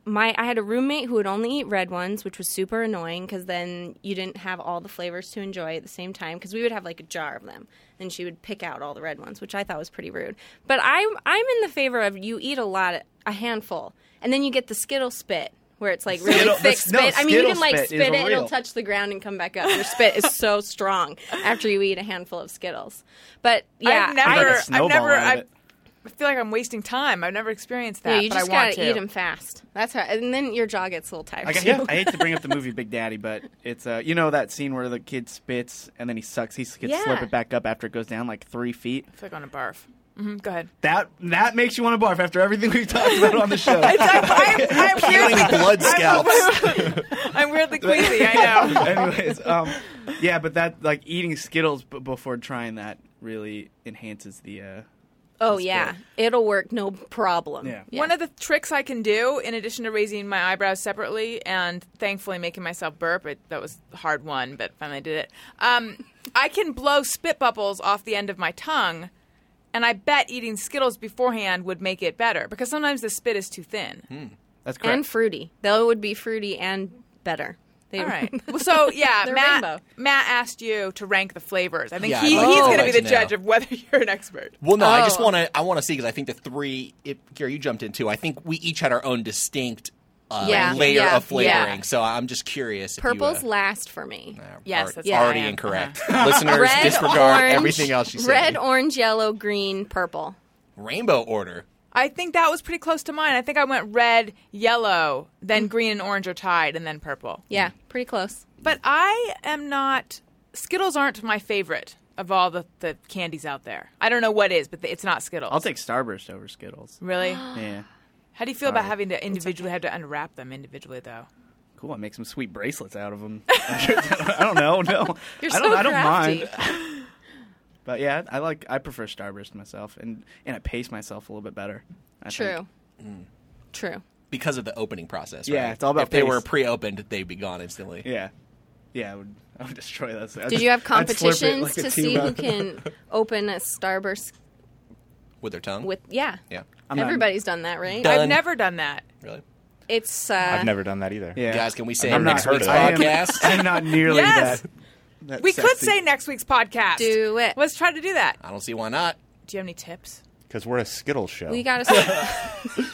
[SPEAKER 6] my I had a roommate who would only eat red ones, which was super annoying because then you didn't have all the flavors to enjoy at the same time. Because we would have like a jar of them, and she would pick out all the red ones, which I thought was pretty rude. But I'm I'm in the favor of you eat a lot, a handful, and then you get the Skittle spit. Where it's like really
[SPEAKER 4] Skittle-
[SPEAKER 6] thick
[SPEAKER 4] the-
[SPEAKER 6] spit.
[SPEAKER 4] no,
[SPEAKER 6] I mean, you
[SPEAKER 4] Skittle
[SPEAKER 6] can like
[SPEAKER 4] spit is
[SPEAKER 6] spit it; it'll
[SPEAKER 4] real.
[SPEAKER 6] touch touch the ground and come back up. Your spit is so strong after you eat a handful of Skittles. But yeah,
[SPEAKER 1] I've
[SPEAKER 6] I-
[SPEAKER 1] never,
[SPEAKER 4] Like a
[SPEAKER 1] I, have
[SPEAKER 4] snowball
[SPEAKER 1] never,
[SPEAKER 4] out of
[SPEAKER 1] I,
[SPEAKER 4] it.
[SPEAKER 1] I feel like I'm wasting time. I've never experienced that.
[SPEAKER 6] yeah, you
[SPEAKER 1] but
[SPEAKER 6] just
[SPEAKER 1] I want
[SPEAKER 6] gotta
[SPEAKER 1] to.
[SPEAKER 6] eat them fast. That's how, and then your jaw gets a little tired.
[SPEAKER 4] Like, I,
[SPEAKER 6] too.
[SPEAKER 4] hate, I hate to bring up the movie Big Daddy, but it's uh, you know that scene where the kid spits and then he sucks, he can
[SPEAKER 6] Yeah.
[SPEAKER 4] slurp it back up after it goes down like three feet.
[SPEAKER 1] I feel like I'm gonna barf. hmm Go ahead.
[SPEAKER 4] That that makes you want to barf after everything we've talked about on the show.
[SPEAKER 1] I, I, I'm,
[SPEAKER 5] Peeling
[SPEAKER 1] weirdly,
[SPEAKER 5] blood scalps.
[SPEAKER 1] I'm weirdly queasy. I know.
[SPEAKER 4] Anyways, um, yeah, but that like eating Skittles b- before trying that really enhances the. Uh,
[SPEAKER 6] oh yeah, it'll work, no problem.
[SPEAKER 4] Yeah.
[SPEAKER 1] One of the tricks I can do, in addition to raising my eyebrows separately and thankfully making myself burp, it, that was a hard one, but finally I did it. Um, I can blow spit bubbles off the end of my tongue, and I bet eating Skittles beforehand would make it better because sometimes the spit is too thin.
[SPEAKER 4] that's correct.
[SPEAKER 6] and fruity. Though it would be fruity and better. They,
[SPEAKER 1] All right. Well, so yeah,
[SPEAKER 6] They're
[SPEAKER 1] Matt.
[SPEAKER 6] rainbow.
[SPEAKER 1] Matt asked you to rank the flavors. I think
[SPEAKER 5] Yeah,
[SPEAKER 1] he,
[SPEAKER 5] I'd like-
[SPEAKER 1] he's
[SPEAKER 5] I'd
[SPEAKER 1] going to
[SPEAKER 5] like
[SPEAKER 1] be
[SPEAKER 5] to
[SPEAKER 1] the judge
[SPEAKER 5] know.
[SPEAKER 1] of whether you're an expert.
[SPEAKER 5] Well, no, I just
[SPEAKER 1] Oh.
[SPEAKER 5] want to. I want to see because I think the three. If Gary, you jumped in too. I think we each had our own distinct uh,
[SPEAKER 6] Yeah.
[SPEAKER 5] layer
[SPEAKER 6] Yeah.
[SPEAKER 5] of flavoring.
[SPEAKER 1] Yeah.
[SPEAKER 5] So I'm just curious. if you, uh,
[SPEAKER 6] purple's last for me.
[SPEAKER 5] are-
[SPEAKER 1] Yes,
[SPEAKER 5] are
[SPEAKER 1] that's what
[SPEAKER 5] already
[SPEAKER 1] I am.
[SPEAKER 5] incorrect. Listeners,
[SPEAKER 6] Red,
[SPEAKER 5] disregard
[SPEAKER 6] orange,
[SPEAKER 5] everything else you said.
[SPEAKER 6] Red, orange, yellow, green, purple.
[SPEAKER 5] rainbow order.
[SPEAKER 1] I think that was pretty close to mine. I think I went red, yellow, then green and orange are tied, and then purple.
[SPEAKER 6] Mm-hmm. Yeah, pretty close.
[SPEAKER 1] But I am not. Skittles aren't my favorite of all the, the candies out there. I don't know what is, but it's not Skittles.
[SPEAKER 4] I'll take Starburst over Skittles.
[SPEAKER 1] Really?
[SPEAKER 6] Ah.
[SPEAKER 4] Yeah,
[SPEAKER 1] How do you feel about having to individually have to unwrap them individually, though?
[SPEAKER 4] cool. I make some sweet bracelets out of them. I don't know. No,
[SPEAKER 6] You're
[SPEAKER 4] I don't.
[SPEAKER 6] so
[SPEAKER 4] I don't
[SPEAKER 6] crafty.
[SPEAKER 4] mind. But yeah, I like. I prefer Starburst myself, and and I pace myself a little bit better. I
[SPEAKER 6] True.
[SPEAKER 4] think.
[SPEAKER 6] True.
[SPEAKER 5] Because of the opening process,
[SPEAKER 4] Yeah,
[SPEAKER 5] right?
[SPEAKER 4] it's all about
[SPEAKER 5] If they were
[SPEAKER 4] pace.
[SPEAKER 5] pre-opened, they'd be gone instantly.
[SPEAKER 4] Yeah, yeah. I would. I would destroy those.
[SPEAKER 6] Did you have competitions to see who can open a starburst
[SPEAKER 5] With their tongue.
[SPEAKER 6] with? Yeah,
[SPEAKER 5] yeah.
[SPEAKER 4] not-
[SPEAKER 6] Everybody's done that, right?
[SPEAKER 5] Done.
[SPEAKER 1] I've never done that.
[SPEAKER 5] Really?
[SPEAKER 6] It's uh,
[SPEAKER 7] I've never done that either.
[SPEAKER 4] Yeah.
[SPEAKER 5] Guys, can we say
[SPEAKER 7] I'm not
[SPEAKER 5] next
[SPEAKER 7] heard
[SPEAKER 5] week's
[SPEAKER 7] of it. I
[SPEAKER 4] am-
[SPEAKER 5] podcast?
[SPEAKER 4] I'm not nearly
[SPEAKER 1] Yes!
[SPEAKER 4] that. that
[SPEAKER 1] We could
[SPEAKER 4] sexy.
[SPEAKER 1] say next week's podcast.
[SPEAKER 6] Do it.
[SPEAKER 1] Let's try to do that.
[SPEAKER 5] I don't see why not.
[SPEAKER 1] Do you have any tips?
[SPEAKER 7] Because we're a Skittles show.
[SPEAKER 6] we got to.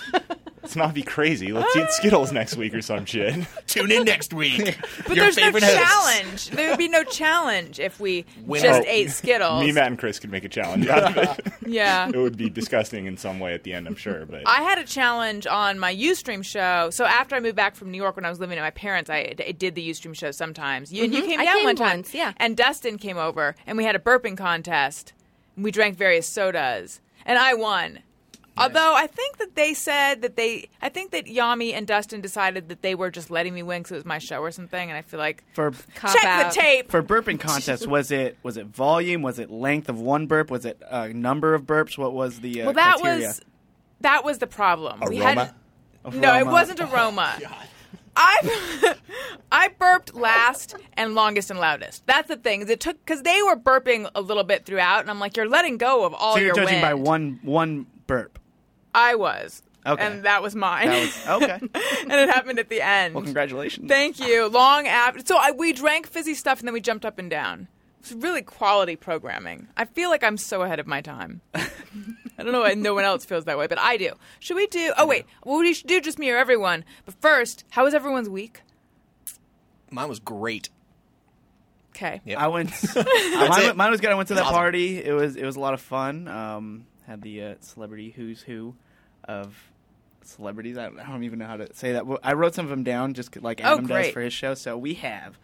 [SPEAKER 7] Let's not be crazy. Let's eat Skittles next week or some shit.
[SPEAKER 5] Tune in next week.
[SPEAKER 1] But
[SPEAKER 5] Your
[SPEAKER 1] there's no
[SPEAKER 5] favorite hosts.
[SPEAKER 1] challenge. There would be no challenge if we
[SPEAKER 5] Win-
[SPEAKER 1] just
[SPEAKER 5] Oh,
[SPEAKER 1] ate Skittles.
[SPEAKER 7] Me, Matt, and Chris could make a challenge out of it.
[SPEAKER 1] yeah.
[SPEAKER 7] it would be disgusting in some way at the end, I'm sure. But
[SPEAKER 1] I had a challenge on my Ustream show. So after I moved back from New York when I was living at my parents, I, I did the Ustream show sometimes. You, you came
[SPEAKER 6] Mm-hmm. I
[SPEAKER 1] down
[SPEAKER 6] came
[SPEAKER 1] one time.
[SPEAKER 6] once, yeah.
[SPEAKER 1] And Dustin came over and we had a burping contest. We drank various sodas and I won. Although I think that they said that they, I think that Yami and Dustin decided that they were just letting me win because it was my show or something. And I feel like
[SPEAKER 4] for
[SPEAKER 6] Cop
[SPEAKER 1] check
[SPEAKER 6] out.
[SPEAKER 1] the tape.
[SPEAKER 4] for burping contest was it was it volume was it length of one burp was it uh, number of burps what was the uh,
[SPEAKER 1] well, that
[SPEAKER 4] criteria?
[SPEAKER 1] was that was the problem. We
[SPEAKER 5] Aroma?
[SPEAKER 1] had no, it
[SPEAKER 4] Aroma.
[SPEAKER 1] wasn't aroma. I I burped last and longest and loudest. That's the thing. is It took because they were burping a little bit throughout, and I'm like, you're letting go of all
[SPEAKER 4] so you're
[SPEAKER 1] your
[SPEAKER 4] judging by
[SPEAKER 1] wind."
[SPEAKER 4] one one burp
[SPEAKER 1] I was.
[SPEAKER 4] Okay.
[SPEAKER 1] and that was mine.
[SPEAKER 4] That was- okay.
[SPEAKER 1] and it happened at the end.
[SPEAKER 4] Well, congratulations.
[SPEAKER 1] Thank you. Long after, so I, we drank fizzy stuff and then we jumped up and down. It's really quality programming. I feel like I'm so ahead of my time. I don't know why no one else feels that way, but I do. Should we do? Oh wait, well, we should do just me or everyone. But first, how was everyone's week?
[SPEAKER 5] Mine was great.
[SPEAKER 4] Oh,
[SPEAKER 1] Okay.
[SPEAKER 5] Yeah.
[SPEAKER 4] I went. mine,
[SPEAKER 5] it.
[SPEAKER 4] mine was good. I went to that
[SPEAKER 5] That's awesome.
[SPEAKER 4] party. It was it was a lot of fun. Um, had the uh, celebrity who's who of celebrities. I don't, I don't even know how to say that. Well, I wrote some of them down just like
[SPEAKER 1] Oh,
[SPEAKER 4] Adam does
[SPEAKER 1] great.
[SPEAKER 4] for his show. So we have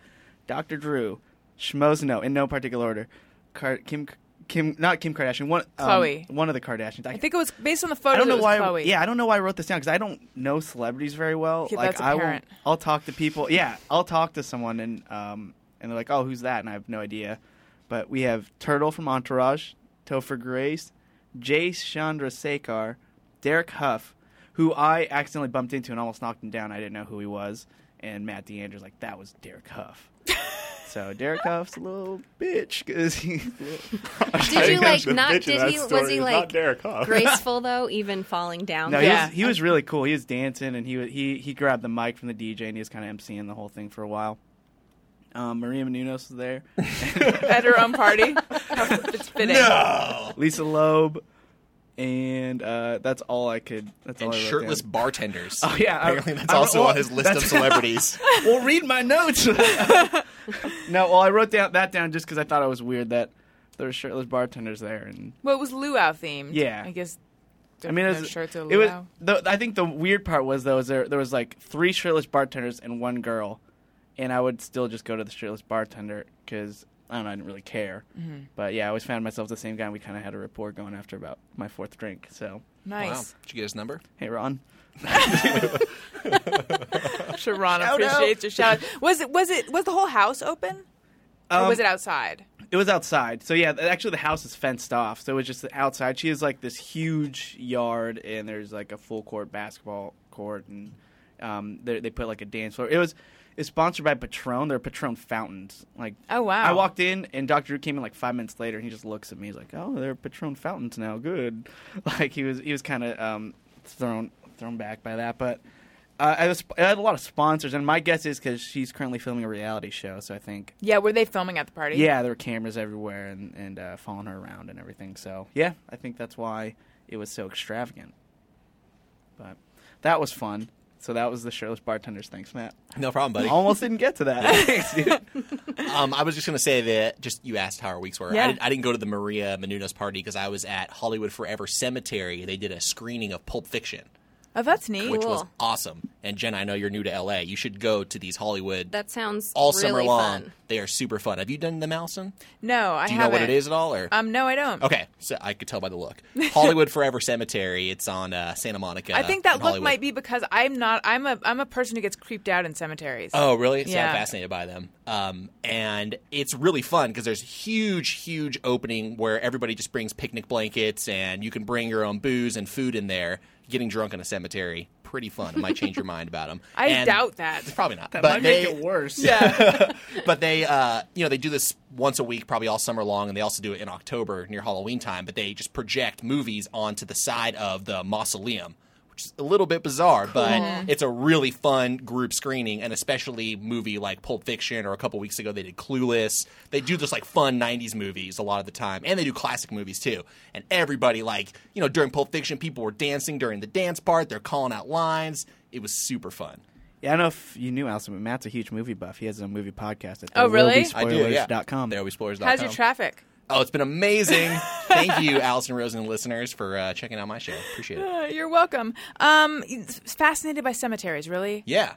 [SPEAKER 4] Dr. Drew, Schmozno in no particular order, Car- Kim Kim not Kim Kardashian. One um,
[SPEAKER 1] Chloe.
[SPEAKER 4] one of the Kardashians.
[SPEAKER 1] I think it was based on the photos.
[SPEAKER 4] I don't know
[SPEAKER 1] it was
[SPEAKER 4] why.
[SPEAKER 1] Chloe.
[SPEAKER 4] Yeah, I don't know why I wrote this down because I don't know celebrities very well.
[SPEAKER 1] Yeah,
[SPEAKER 4] like
[SPEAKER 1] that's
[SPEAKER 4] I will,
[SPEAKER 1] apparent.
[SPEAKER 4] I'll talk to people. Yeah, I'll talk to someone and um and they're like, oh, who's that? And I have no idea. But we have Turtle from Entourage, Topher Grace, Jace Chandra Sekar, Derek Huff, who I accidentally bumped into and almost knocked him down. I didn't know who he was. And Matt DeAndrews like that was Derek Huff. so Derek Huff's a little bitch because he's a little-
[SPEAKER 6] Did you like
[SPEAKER 7] The
[SPEAKER 6] not?
[SPEAKER 7] bitch in
[SPEAKER 6] Did
[SPEAKER 7] that
[SPEAKER 6] he? Was
[SPEAKER 7] story
[SPEAKER 6] he
[SPEAKER 7] is not
[SPEAKER 6] like
[SPEAKER 7] Derek Huff.
[SPEAKER 6] graceful though, even falling down?
[SPEAKER 4] No,
[SPEAKER 1] Yeah.
[SPEAKER 4] he, was, he was really cool. He was dancing and he wa- he he grabbed the mic from the DJ and he was kind of emceeing the whole thing for a while. Um, Maria Menounos was there,
[SPEAKER 1] at her own um, party. it's fitting.
[SPEAKER 4] Lisa Loeb, and uh, that's all I could. That's all
[SPEAKER 5] And
[SPEAKER 4] I wrote
[SPEAKER 5] shirtless
[SPEAKER 4] down.
[SPEAKER 5] bartenders.
[SPEAKER 4] Oh, yeah, I-
[SPEAKER 5] apparently that's
[SPEAKER 4] I-
[SPEAKER 5] also
[SPEAKER 4] well,
[SPEAKER 5] on his list of
[SPEAKER 4] that's-
[SPEAKER 5] celebrities.
[SPEAKER 4] well, read my notes. no, well, I wrote down that down just because I thought it was weird that there were shirtless bartenders there, and
[SPEAKER 1] Well, it was luau themed.
[SPEAKER 4] Yeah.
[SPEAKER 1] I guess.
[SPEAKER 4] I mean, it was,
[SPEAKER 1] no shirts are
[SPEAKER 4] it was.
[SPEAKER 1] luau.
[SPEAKER 4] The, I think the weird part was though, is there there was like three shirtless bartenders and one girl, and I would still just go to the shirtless bartender because I don't know, I didn't really care. But yeah, I always found myself the same guy. and We kind of had a rapport going after about my fourth drink. So
[SPEAKER 5] Wow.
[SPEAKER 1] nice.
[SPEAKER 5] Did you get his number?
[SPEAKER 4] hey, Ron,
[SPEAKER 1] Sharon appreciates your shout. out. Was it? Was it? Was the whole house open? Or
[SPEAKER 4] Um,
[SPEAKER 1] was it outside?
[SPEAKER 4] it was outside. So yeah, th- actually the house is fenced off, so it was just outside. She has like this huge yard, and there's like a full court basketball court, and um, they they put like a dance floor. It was it's sponsored by Patron. They're Patron fountains. Like
[SPEAKER 1] Oh, wow.
[SPEAKER 4] I walked in, and Dr. Drew came in like five minutes later, and he just looks at me. He's like, "Oh, they're Patron fountains now. Good." Like he was he was kind of um, thrown thrown back by that, but. Uh, I, was, I had a lot of sponsors, and my guess is because she's currently filming a reality show, so I think
[SPEAKER 1] Yeah, were they filming at the party?
[SPEAKER 4] yeah, there were cameras everywhere and and uh, following her around and everything. So yeah, I think that's why it was so extravagant. But that was fun. So that was the shirtless bartenders. Thanks, Matt.
[SPEAKER 5] No problem, buddy.
[SPEAKER 4] Almost didn't get to that. Thanks, dude.
[SPEAKER 5] Um, I was just going to say that just you asked how our weeks were.
[SPEAKER 1] Yeah.
[SPEAKER 5] I, did, I didn't go to the Maria Menounos party because I was at Hollywood Forever Cemetery. They did a screening of Pulp Fiction,
[SPEAKER 1] Oh, that's neat.
[SPEAKER 5] which was
[SPEAKER 6] Cool.
[SPEAKER 5] awesome. And Jen, I know you're new to LA. You should go to these Hollywood
[SPEAKER 6] That sounds
[SPEAKER 5] all
[SPEAKER 6] really
[SPEAKER 5] summer long.
[SPEAKER 6] Fun.
[SPEAKER 5] They are super fun. Have you done them, Allison?
[SPEAKER 1] No, I
[SPEAKER 5] Do you know
[SPEAKER 1] haven't.
[SPEAKER 5] what it is at all? Or
[SPEAKER 1] Um, no, I don't.
[SPEAKER 5] okay, so I could tell by the look. Hollywood Forever Cemetery. It's on uh, Santa Monica.
[SPEAKER 1] I think that
[SPEAKER 5] in
[SPEAKER 1] look
[SPEAKER 5] Hollywood.
[SPEAKER 1] might be because I'm not. I'm a. I'm a person who gets creeped out in cemeteries.
[SPEAKER 5] Oh, really? See,
[SPEAKER 1] Yeah.
[SPEAKER 5] I'm fascinated by them. Um, and it's really fun because there's huge, huge opening where everybody just brings picnic blankets and you can bring your own booze and food in there. Getting drunk in a cemetery, pretty fun. It might change your mind about them.
[SPEAKER 1] I
[SPEAKER 5] And-
[SPEAKER 1] doubt that.
[SPEAKER 5] It's probably not.
[SPEAKER 4] That
[SPEAKER 5] but
[SPEAKER 4] might
[SPEAKER 5] they,
[SPEAKER 4] make it worse.
[SPEAKER 1] Yeah.
[SPEAKER 5] but they, uh, you know, they do this once a week, probably all summer long, and they also do it in October near Halloween time. But they just project movies onto the side of the mausoleum, which is a little bit bizarre, but
[SPEAKER 1] Mm-hmm.
[SPEAKER 5] it's a really fun group screening, and especially movie like Pulp Fiction or a couple weeks ago they did Clueless. They do this like fun '90s movies a lot of the time, and they do classic movies too. And everybody, like, you know, during Pulp Fiction, people were dancing during the dance part. They're calling out lines. It was super fun.
[SPEAKER 4] Yeah, I don't know if you knew Allison, but Matt's a huge movie buff. He has a movie podcast at
[SPEAKER 1] Oh, really?
[SPEAKER 5] I do. Yeah.
[SPEAKER 4] com.
[SPEAKER 5] There we spoilers.
[SPEAKER 1] How's your traffic?
[SPEAKER 5] Oh, it's been amazing. Thank you, Allison Rosen and listeners, for uh, checking out my show. Appreciate it.
[SPEAKER 1] Uh, you're welcome. Um, s- fascinated by cemeteries, really.
[SPEAKER 5] Yeah.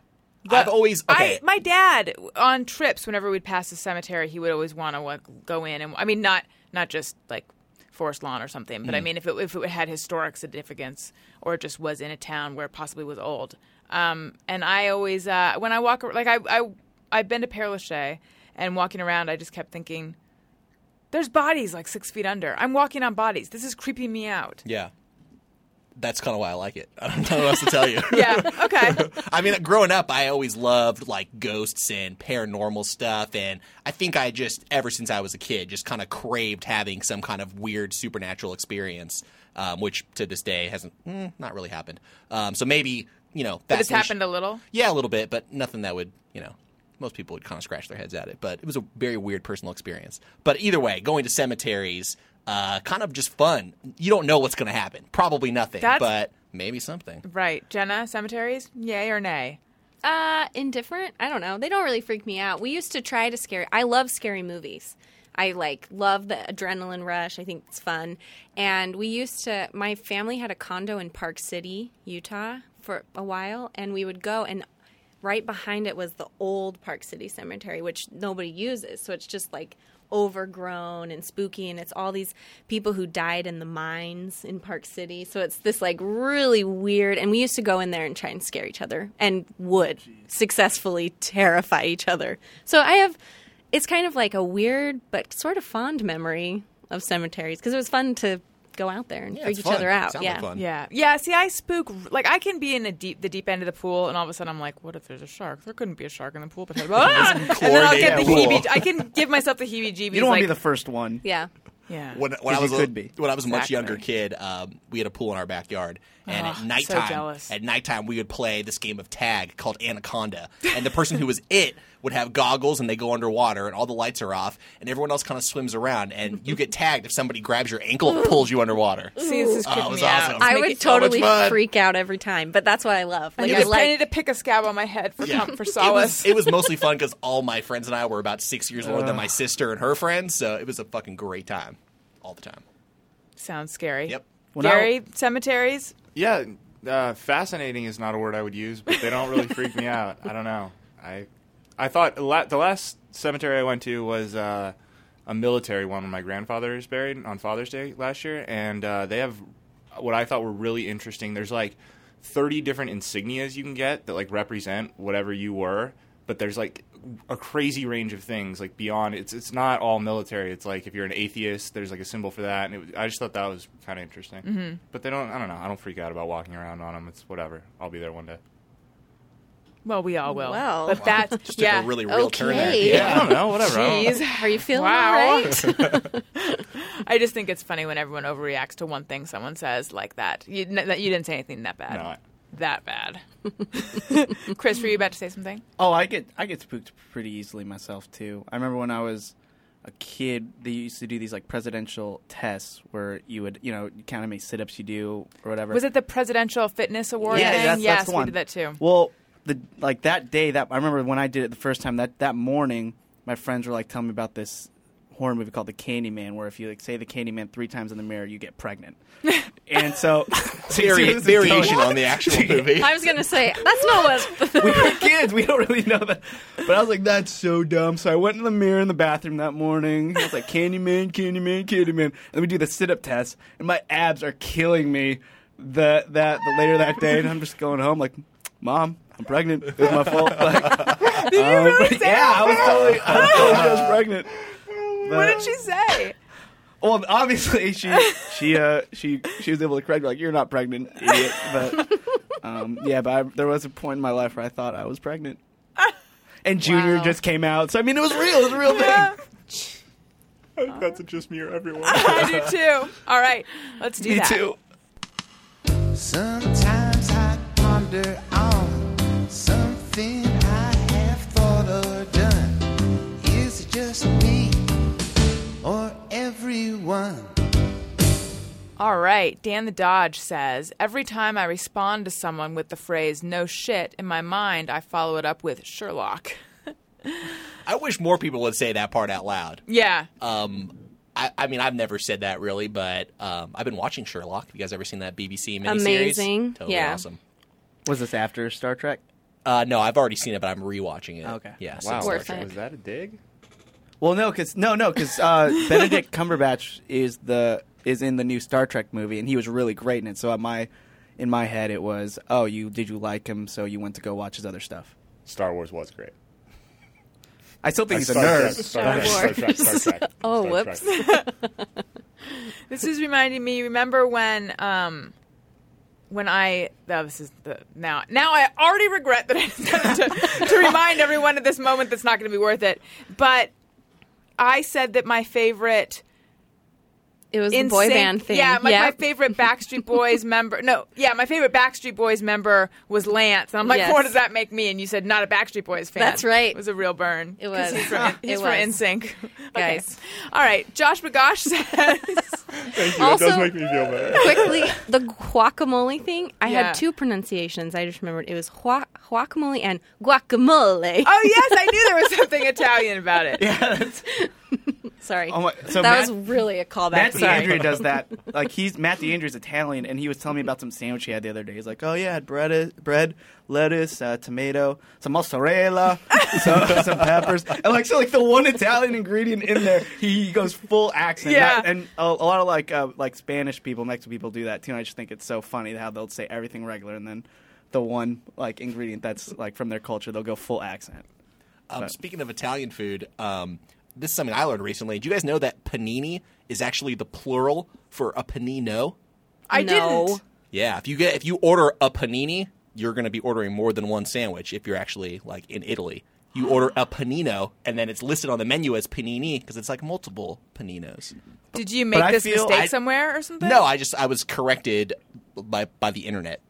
[SPEAKER 5] I've always. Okay.
[SPEAKER 1] I my dad on trips whenever we'd pass the cemetery, he would always want to like, go in and I mean not not just like Forest Lawn or something,
[SPEAKER 5] Mm.
[SPEAKER 1] but I mean if it if it had historic significance or just was in a town where it possibly was old. Um, and I always uh, when I walk ar- like I I I've been to Père Lachaise and walking around, I just kept thinking. There's bodies like six feet under. I'm walking on bodies. This is creeping me out.
[SPEAKER 5] yeah. that's kind of why I like it. I don't know what else to tell you.
[SPEAKER 1] Yeah. Okay.
[SPEAKER 5] I mean, growing up, I always loved like ghosts and paranormal stuff, and I think I just ever since I was a kid just kind of craved having some kind of weird supernatural experience, um, which to this day hasn't mm, not really happened. Um, so maybe you know
[SPEAKER 1] But it's
[SPEAKER 5] fascination-
[SPEAKER 1] happened a little.
[SPEAKER 5] yeah, a little bit, but nothing that would, you know, most people would kind of scratch their heads at it. But it was a very weird personal experience. But either way, going to cemeteries, uh, kind of just fun. You don't know what's going to happen. Probably nothing,
[SPEAKER 1] That's-
[SPEAKER 5] but maybe something.
[SPEAKER 1] Right. Jenna, cemeteries? Yay or nay?
[SPEAKER 6] Uh, indifferent. I don't know. They don't really freak me out. We used to try to scare. I love scary movies. I like love the adrenaline rush. I think it's fun. And we used to. My family had a condo in Park City, Utah, for a while, and we would go and right behind it was the old Park City Cemetery, which nobody uses. So it's just like overgrown and spooky, and it's all these people who died in the mines in Park City. So it's this like really weird. And we used to go in there and try and scare each other, and would successfully terrify each other. So I have, it's kind of like a weird but sort of fond memory of cemeteries because it was fun to go out there and
[SPEAKER 5] Yeah,
[SPEAKER 6] freak
[SPEAKER 5] it's
[SPEAKER 6] each
[SPEAKER 5] fun.
[SPEAKER 6] other out.
[SPEAKER 5] Sounds
[SPEAKER 6] yeah.
[SPEAKER 5] like fun.
[SPEAKER 1] Yeah. Yeah. See, I spook. Like, I can be in a deep, the deep end of the pool, and all of a sudden I'm like, what if there's a shark? There couldn't be a shark in the pool, but ah! and then I'll get the
[SPEAKER 5] chlorinated
[SPEAKER 1] heebie.
[SPEAKER 5] pool.
[SPEAKER 1] I can give myself the heebie-jeebies.
[SPEAKER 4] You don't want
[SPEAKER 1] like,
[SPEAKER 4] to be the first one.
[SPEAKER 6] Yeah.
[SPEAKER 1] Yeah.
[SPEAKER 5] When, when I
[SPEAKER 4] 'Cause
[SPEAKER 5] was
[SPEAKER 4] you
[SPEAKER 5] a,
[SPEAKER 4] could be.
[SPEAKER 5] when I was a much
[SPEAKER 1] Exactly.
[SPEAKER 5] younger kid, um, we had a pool in our backyard, and
[SPEAKER 1] Ugh,
[SPEAKER 5] at
[SPEAKER 1] so
[SPEAKER 5] nighttime,
[SPEAKER 1] jealous.
[SPEAKER 5] at nighttime we would play this game of tag called Anaconda, and the person who was it would have goggles and they go underwater, and all the lights are off, and everyone else kind of swims around, and you get tagged if somebody grabs your ankle and pulls you underwater.
[SPEAKER 1] See, this is
[SPEAKER 5] Oh, it
[SPEAKER 1] kicking
[SPEAKER 5] was
[SPEAKER 1] me out.
[SPEAKER 5] awesome.
[SPEAKER 1] It's
[SPEAKER 6] I
[SPEAKER 1] making-
[SPEAKER 6] would totally
[SPEAKER 5] fun.
[SPEAKER 6] freak out every time, but that's what I love.
[SPEAKER 1] I
[SPEAKER 6] Like
[SPEAKER 1] need,
[SPEAKER 6] I
[SPEAKER 1] to, I
[SPEAKER 6] like
[SPEAKER 1] need to pick a scab on my head for, com- for solace.
[SPEAKER 5] It was, it was mostly fun because all my friends and I were about six years older than my sister and her friends, so it was a fucking great time, all the time.
[SPEAKER 1] Sounds scary.
[SPEAKER 5] Yep.
[SPEAKER 4] When I-
[SPEAKER 1] Gary, cemeteries?
[SPEAKER 7] Yeah, uh, fascinating is not a word I would use, but they don't really freak me out. I don't know. I I thought la- the last cemetery I went to was uh, a military one when my grandfather was buried on Father's Day last year, and uh, they have what I thought were really interesting. There's like 30 different insignias you can get that like represent whatever you were, but there's like a crazy range of things like beyond it's it's not all military it's like if you're an atheist there's like a symbol for that and it, was- i just thought that was kind of interesting but they don't i don't know i don't freak out about walking around on them it's whatever i'll be there one day
[SPEAKER 1] Well, we all will.
[SPEAKER 6] Well.
[SPEAKER 1] but that's
[SPEAKER 5] Just
[SPEAKER 1] yeah.
[SPEAKER 5] took a really real turn there.
[SPEAKER 6] Okay.
[SPEAKER 7] i don't know whatever I don't-
[SPEAKER 1] Jeez.
[SPEAKER 6] Are you feeling
[SPEAKER 1] Wow.
[SPEAKER 6] all right?
[SPEAKER 1] I just think it's funny when everyone overreacts to one thing someone says like that. You, n- that- you didn't say anything that bad.
[SPEAKER 7] No, I-
[SPEAKER 1] that bad. Chris, were you about to say something?
[SPEAKER 4] Oh, I get I get spooked pretty easily myself too. I remember when I was a kid, they used to do these like presidential tests where you would, you know, count how many sit-ups you do or whatever.
[SPEAKER 1] Was it the Presidential Fitness Award
[SPEAKER 4] Yeah,
[SPEAKER 1] thing?
[SPEAKER 4] that's,
[SPEAKER 1] yes,
[SPEAKER 4] that's the one.
[SPEAKER 1] we did that too.
[SPEAKER 4] Well, the like that day that I remember when I did it the first time that that morning, my friends were like telling me about this horror movie called The Candyman, where if you like say the Candyman three times in the mirror, you get pregnant. and so,
[SPEAKER 5] Vari- variation on the actual movie.
[SPEAKER 6] I was gonna say that's not what.
[SPEAKER 4] we were kids. We don't really know that. But I was like, that's so dumb. So I went in the mirror in the bathroom that morning. I was like, Candyman, Candyman, Candyman. And then we do the sit up test, and my abs are killing me. The that the later that day, and I'm just going home like, Mom, I'm pregnant. It was my fault. Like, did you
[SPEAKER 1] really say
[SPEAKER 4] Yeah, I was totally, I was totally I was pregnant.
[SPEAKER 1] What did she say?
[SPEAKER 4] Well, obviously she she uh she she was able to correct me like you're not pregnant, idiot. But um yeah, but I, there was a point in my life where I thought I was pregnant, and Junior
[SPEAKER 6] Wow.
[SPEAKER 4] just came out. So I mean, it was real. It was a real thing.
[SPEAKER 7] that's just me or everyone
[SPEAKER 1] I do too. All right, let's do
[SPEAKER 4] Me
[SPEAKER 1] that.
[SPEAKER 4] too.
[SPEAKER 3] Sometimes I ponder on something I have thought or done. Is it just me or everyone?
[SPEAKER 1] All right, Dan the Dodge says Every time I respond to someone with the phrase, no shit, in my mind, I follow it up with Sherlock.
[SPEAKER 5] I wish more people would say that part out loud.
[SPEAKER 1] Yeah.
[SPEAKER 5] Um, I, I mean, I've never said that really, but um, I've been watching Sherlock. Have you guys ever seen that BBC miniseries?
[SPEAKER 6] Amazing.
[SPEAKER 5] Totally
[SPEAKER 6] Yeah.
[SPEAKER 5] awesome.
[SPEAKER 4] Was this after Star Trek?
[SPEAKER 5] Uh, no, I've already seen it, but I'm rewatching it.
[SPEAKER 4] Okay.
[SPEAKER 5] Yeah.
[SPEAKER 7] wow
[SPEAKER 5] Star
[SPEAKER 6] Worth
[SPEAKER 5] Trek.
[SPEAKER 6] it.
[SPEAKER 7] was that a dig
[SPEAKER 4] Well, no, because no, no, because uh, Benedict Cumberbatch is the is in the new Star Trek movie, and he was really great in it. So at my in my head, it was, oh, you did you like him? So you went to go watch his other stuff.
[SPEAKER 7] star wars was great
[SPEAKER 4] I still think he's a
[SPEAKER 7] Star Trek,
[SPEAKER 4] nerd.
[SPEAKER 7] Star Trek, Star Trek, Star Trek,
[SPEAKER 6] Oh,
[SPEAKER 7] Star Trek.
[SPEAKER 1] This is reminding me. Remember when um, when I oh, this is the now now I already regret that I decided to, to remind everyone at this moment that's not going to be worth it. But I said that my favorite
[SPEAKER 6] It was the boy
[SPEAKER 1] NSYNC
[SPEAKER 6] band thing.
[SPEAKER 1] Yeah, my,
[SPEAKER 6] Yep.
[SPEAKER 1] my favorite Backstreet Boys member. No, yeah, my favorite Backstreet Boys member was Lance, and I'm like,
[SPEAKER 6] Yes.
[SPEAKER 1] what does that make me? And you said not a Backstreet Boys fan.
[SPEAKER 6] That's right.
[SPEAKER 1] It was a real burn.
[SPEAKER 6] It
[SPEAKER 1] 'Cause
[SPEAKER 6] was.
[SPEAKER 1] He's from,
[SPEAKER 6] It
[SPEAKER 1] he's from
[SPEAKER 6] was.
[SPEAKER 1] NSYNC.
[SPEAKER 6] Guys.
[SPEAKER 1] Okay. All right. Josh Bagosh says.
[SPEAKER 7] Thank you. that does
[SPEAKER 6] Also-
[SPEAKER 7] make me feel better.
[SPEAKER 6] quickly the guacamole thing. I
[SPEAKER 1] Yeah.
[SPEAKER 6] had two pronunciations. I just remembered it was hua- guacamole and guacamole.
[SPEAKER 1] Oh yes, I knew there was something Italian about it.
[SPEAKER 6] Sorry,
[SPEAKER 4] Oh my- so
[SPEAKER 6] that
[SPEAKER 4] Matt-
[SPEAKER 6] was really a callback.
[SPEAKER 4] Matt
[SPEAKER 6] Sorry.
[SPEAKER 4] DeAndrea does that. Like he's Matt DeAndrea's Italian, and he was telling me about some sandwich he had the other day. He's like, "Oh yeah, I had bread, bread, lettuce, uh, tomato, some mozzarella, some, some peppers." And like so, like the one Italian ingredient in there, he, he goes full accent.
[SPEAKER 1] Yeah.
[SPEAKER 4] Not- and a, a lot of like uh, like Spanish people, Mexican people do that too. And I just think it's so funny how they'll say everything regular, and then the one like ingredient that's like from their culture, they'll go full accent.
[SPEAKER 5] Um, speaking of Italian food, um, this is something I learned recently. Do you guys know that panini is actually the plural for a panino?
[SPEAKER 1] I
[SPEAKER 6] No.
[SPEAKER 1] didn't.
[SPEAKER 5] Yeah, if you get if you order a panini, you're going to be ordering more than one sandwich. If you're actually like in Italy, you order a panino, and then it's listed on the menu as panini because it's like multiple paninos.
[SPEAKER 1] Did you make
[SPEAKER 4] I
[SPEAKER 1] this
[SPEAKER 4] feel-
[SPEAKER 1] mistake
[SPEAKER 5] I-
[SPEAKER 1] somewhere or something?
[SPEAKER 5] No, I just I was corrected by by the internet.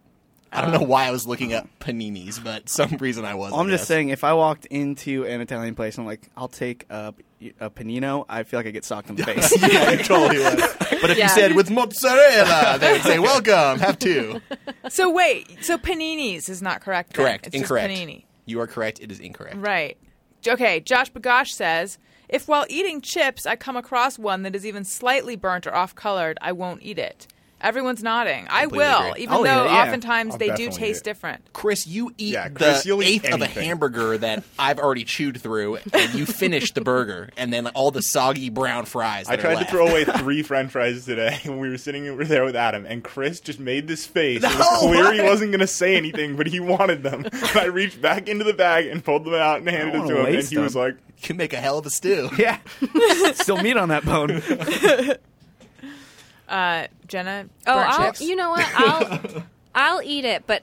[SPEAKER 5] I don't
[SPEAKER 1] Uh,
[SPEAKER 5] know why I was looking up paninis, but some reason I was.
[SPEAKER 4] I'm
[SPEAKER 5] I
[SPEAKER 4] just
[SPEAKER 5] guess.
[SPEAKER 4] saying, if I walked into an Italian place and I'm like, I'll take a, a panino, I feel like I get socked in the face.
[SPEAKER 5] Yeah, it totally was. But if
[SPEAKER 6] Yeah.
[SPEAKER 5] you said with mozzarella, they would say welcome, have two.
[SPEAKER 1] So wait, so paninis is not correct. then.
[SPEAKER 5] Correct,
[SPEAKER 1] It's just
[SPEAKER 5] incorrect.
[SPEAKER 1] panini.
[SPEAKER 5] You are correct. It is incorrect.
[SPEAKER 1] Right. Okay, Josh Bagosh says, if while eating chips I come across one that is even slightly burnt or off colored, I won't eat it. Everyone's nodding. I
[SPEAKER 5] Completely
[SPEAKER 1] will,
[SPEAKER 5] agree.
[SPEAKER 1] even
[SPEAKER 4] I'll eat
[SPEAKER 1] though
[SPEAKER 4] it, yeah.
[SPEAKER 1] oftentimes
[SPEAKER 7] Oh, I'll
[SPEAKER 1] they do
[SPEAKER 7] definitely eat
[SPEAKER 1] taste
[SPEAKER 7] it.
[SPEAKER 1] different.
[SPEAKER 5] Chris, you eat
[SPEAKER 7] Yeah, Chris,
[SPEAKER 5] the
[SPEAKER 7] you'll eat
[SPEAKER 5] eighth of a
[SPEAKER 7] anything.
[SPEAKER 5] hamburger that I've already chewed through, and you finish the burger, and then all the soggy brown fries.
[SPEAKER 7] I
[SPEAKER 5] that are
[SPEAKER 7] tried to
[SPEAKER 5] left.
[SPEAKER 7] throw away three French fries today when we were sitting over there with Adam, and Chris just made this face. it was
[SPEAKER 5] No,
[SPEAKER 7] clear he
[SPEAKER 5] why?
[SPEAKER 7] wasn't going to say anything, but he wanted them. And I reached back into the bag and pulled them out and handed it
[SPEAKER 4] wanna
[SPEAKER 7] to him, and
[SPEAKER 4] waste
[SPEAKER 7] he was
[SPEAKER 4] them.
[SPEAKER 7] like,
[SPEAKER 5] You can make a hell of a stew.
[SPEAKER 4] yeah. Still meat on that bone.
[SPEAKER 1] Uh, Jenna,
[SPEAKER 6] Oh,
[SPEAKER 1] burnt
[SPEAKER 6] I'll,
[SPEAKER 1] chips?
[SPEAKER 6] you know what? I'll I'll eat it, but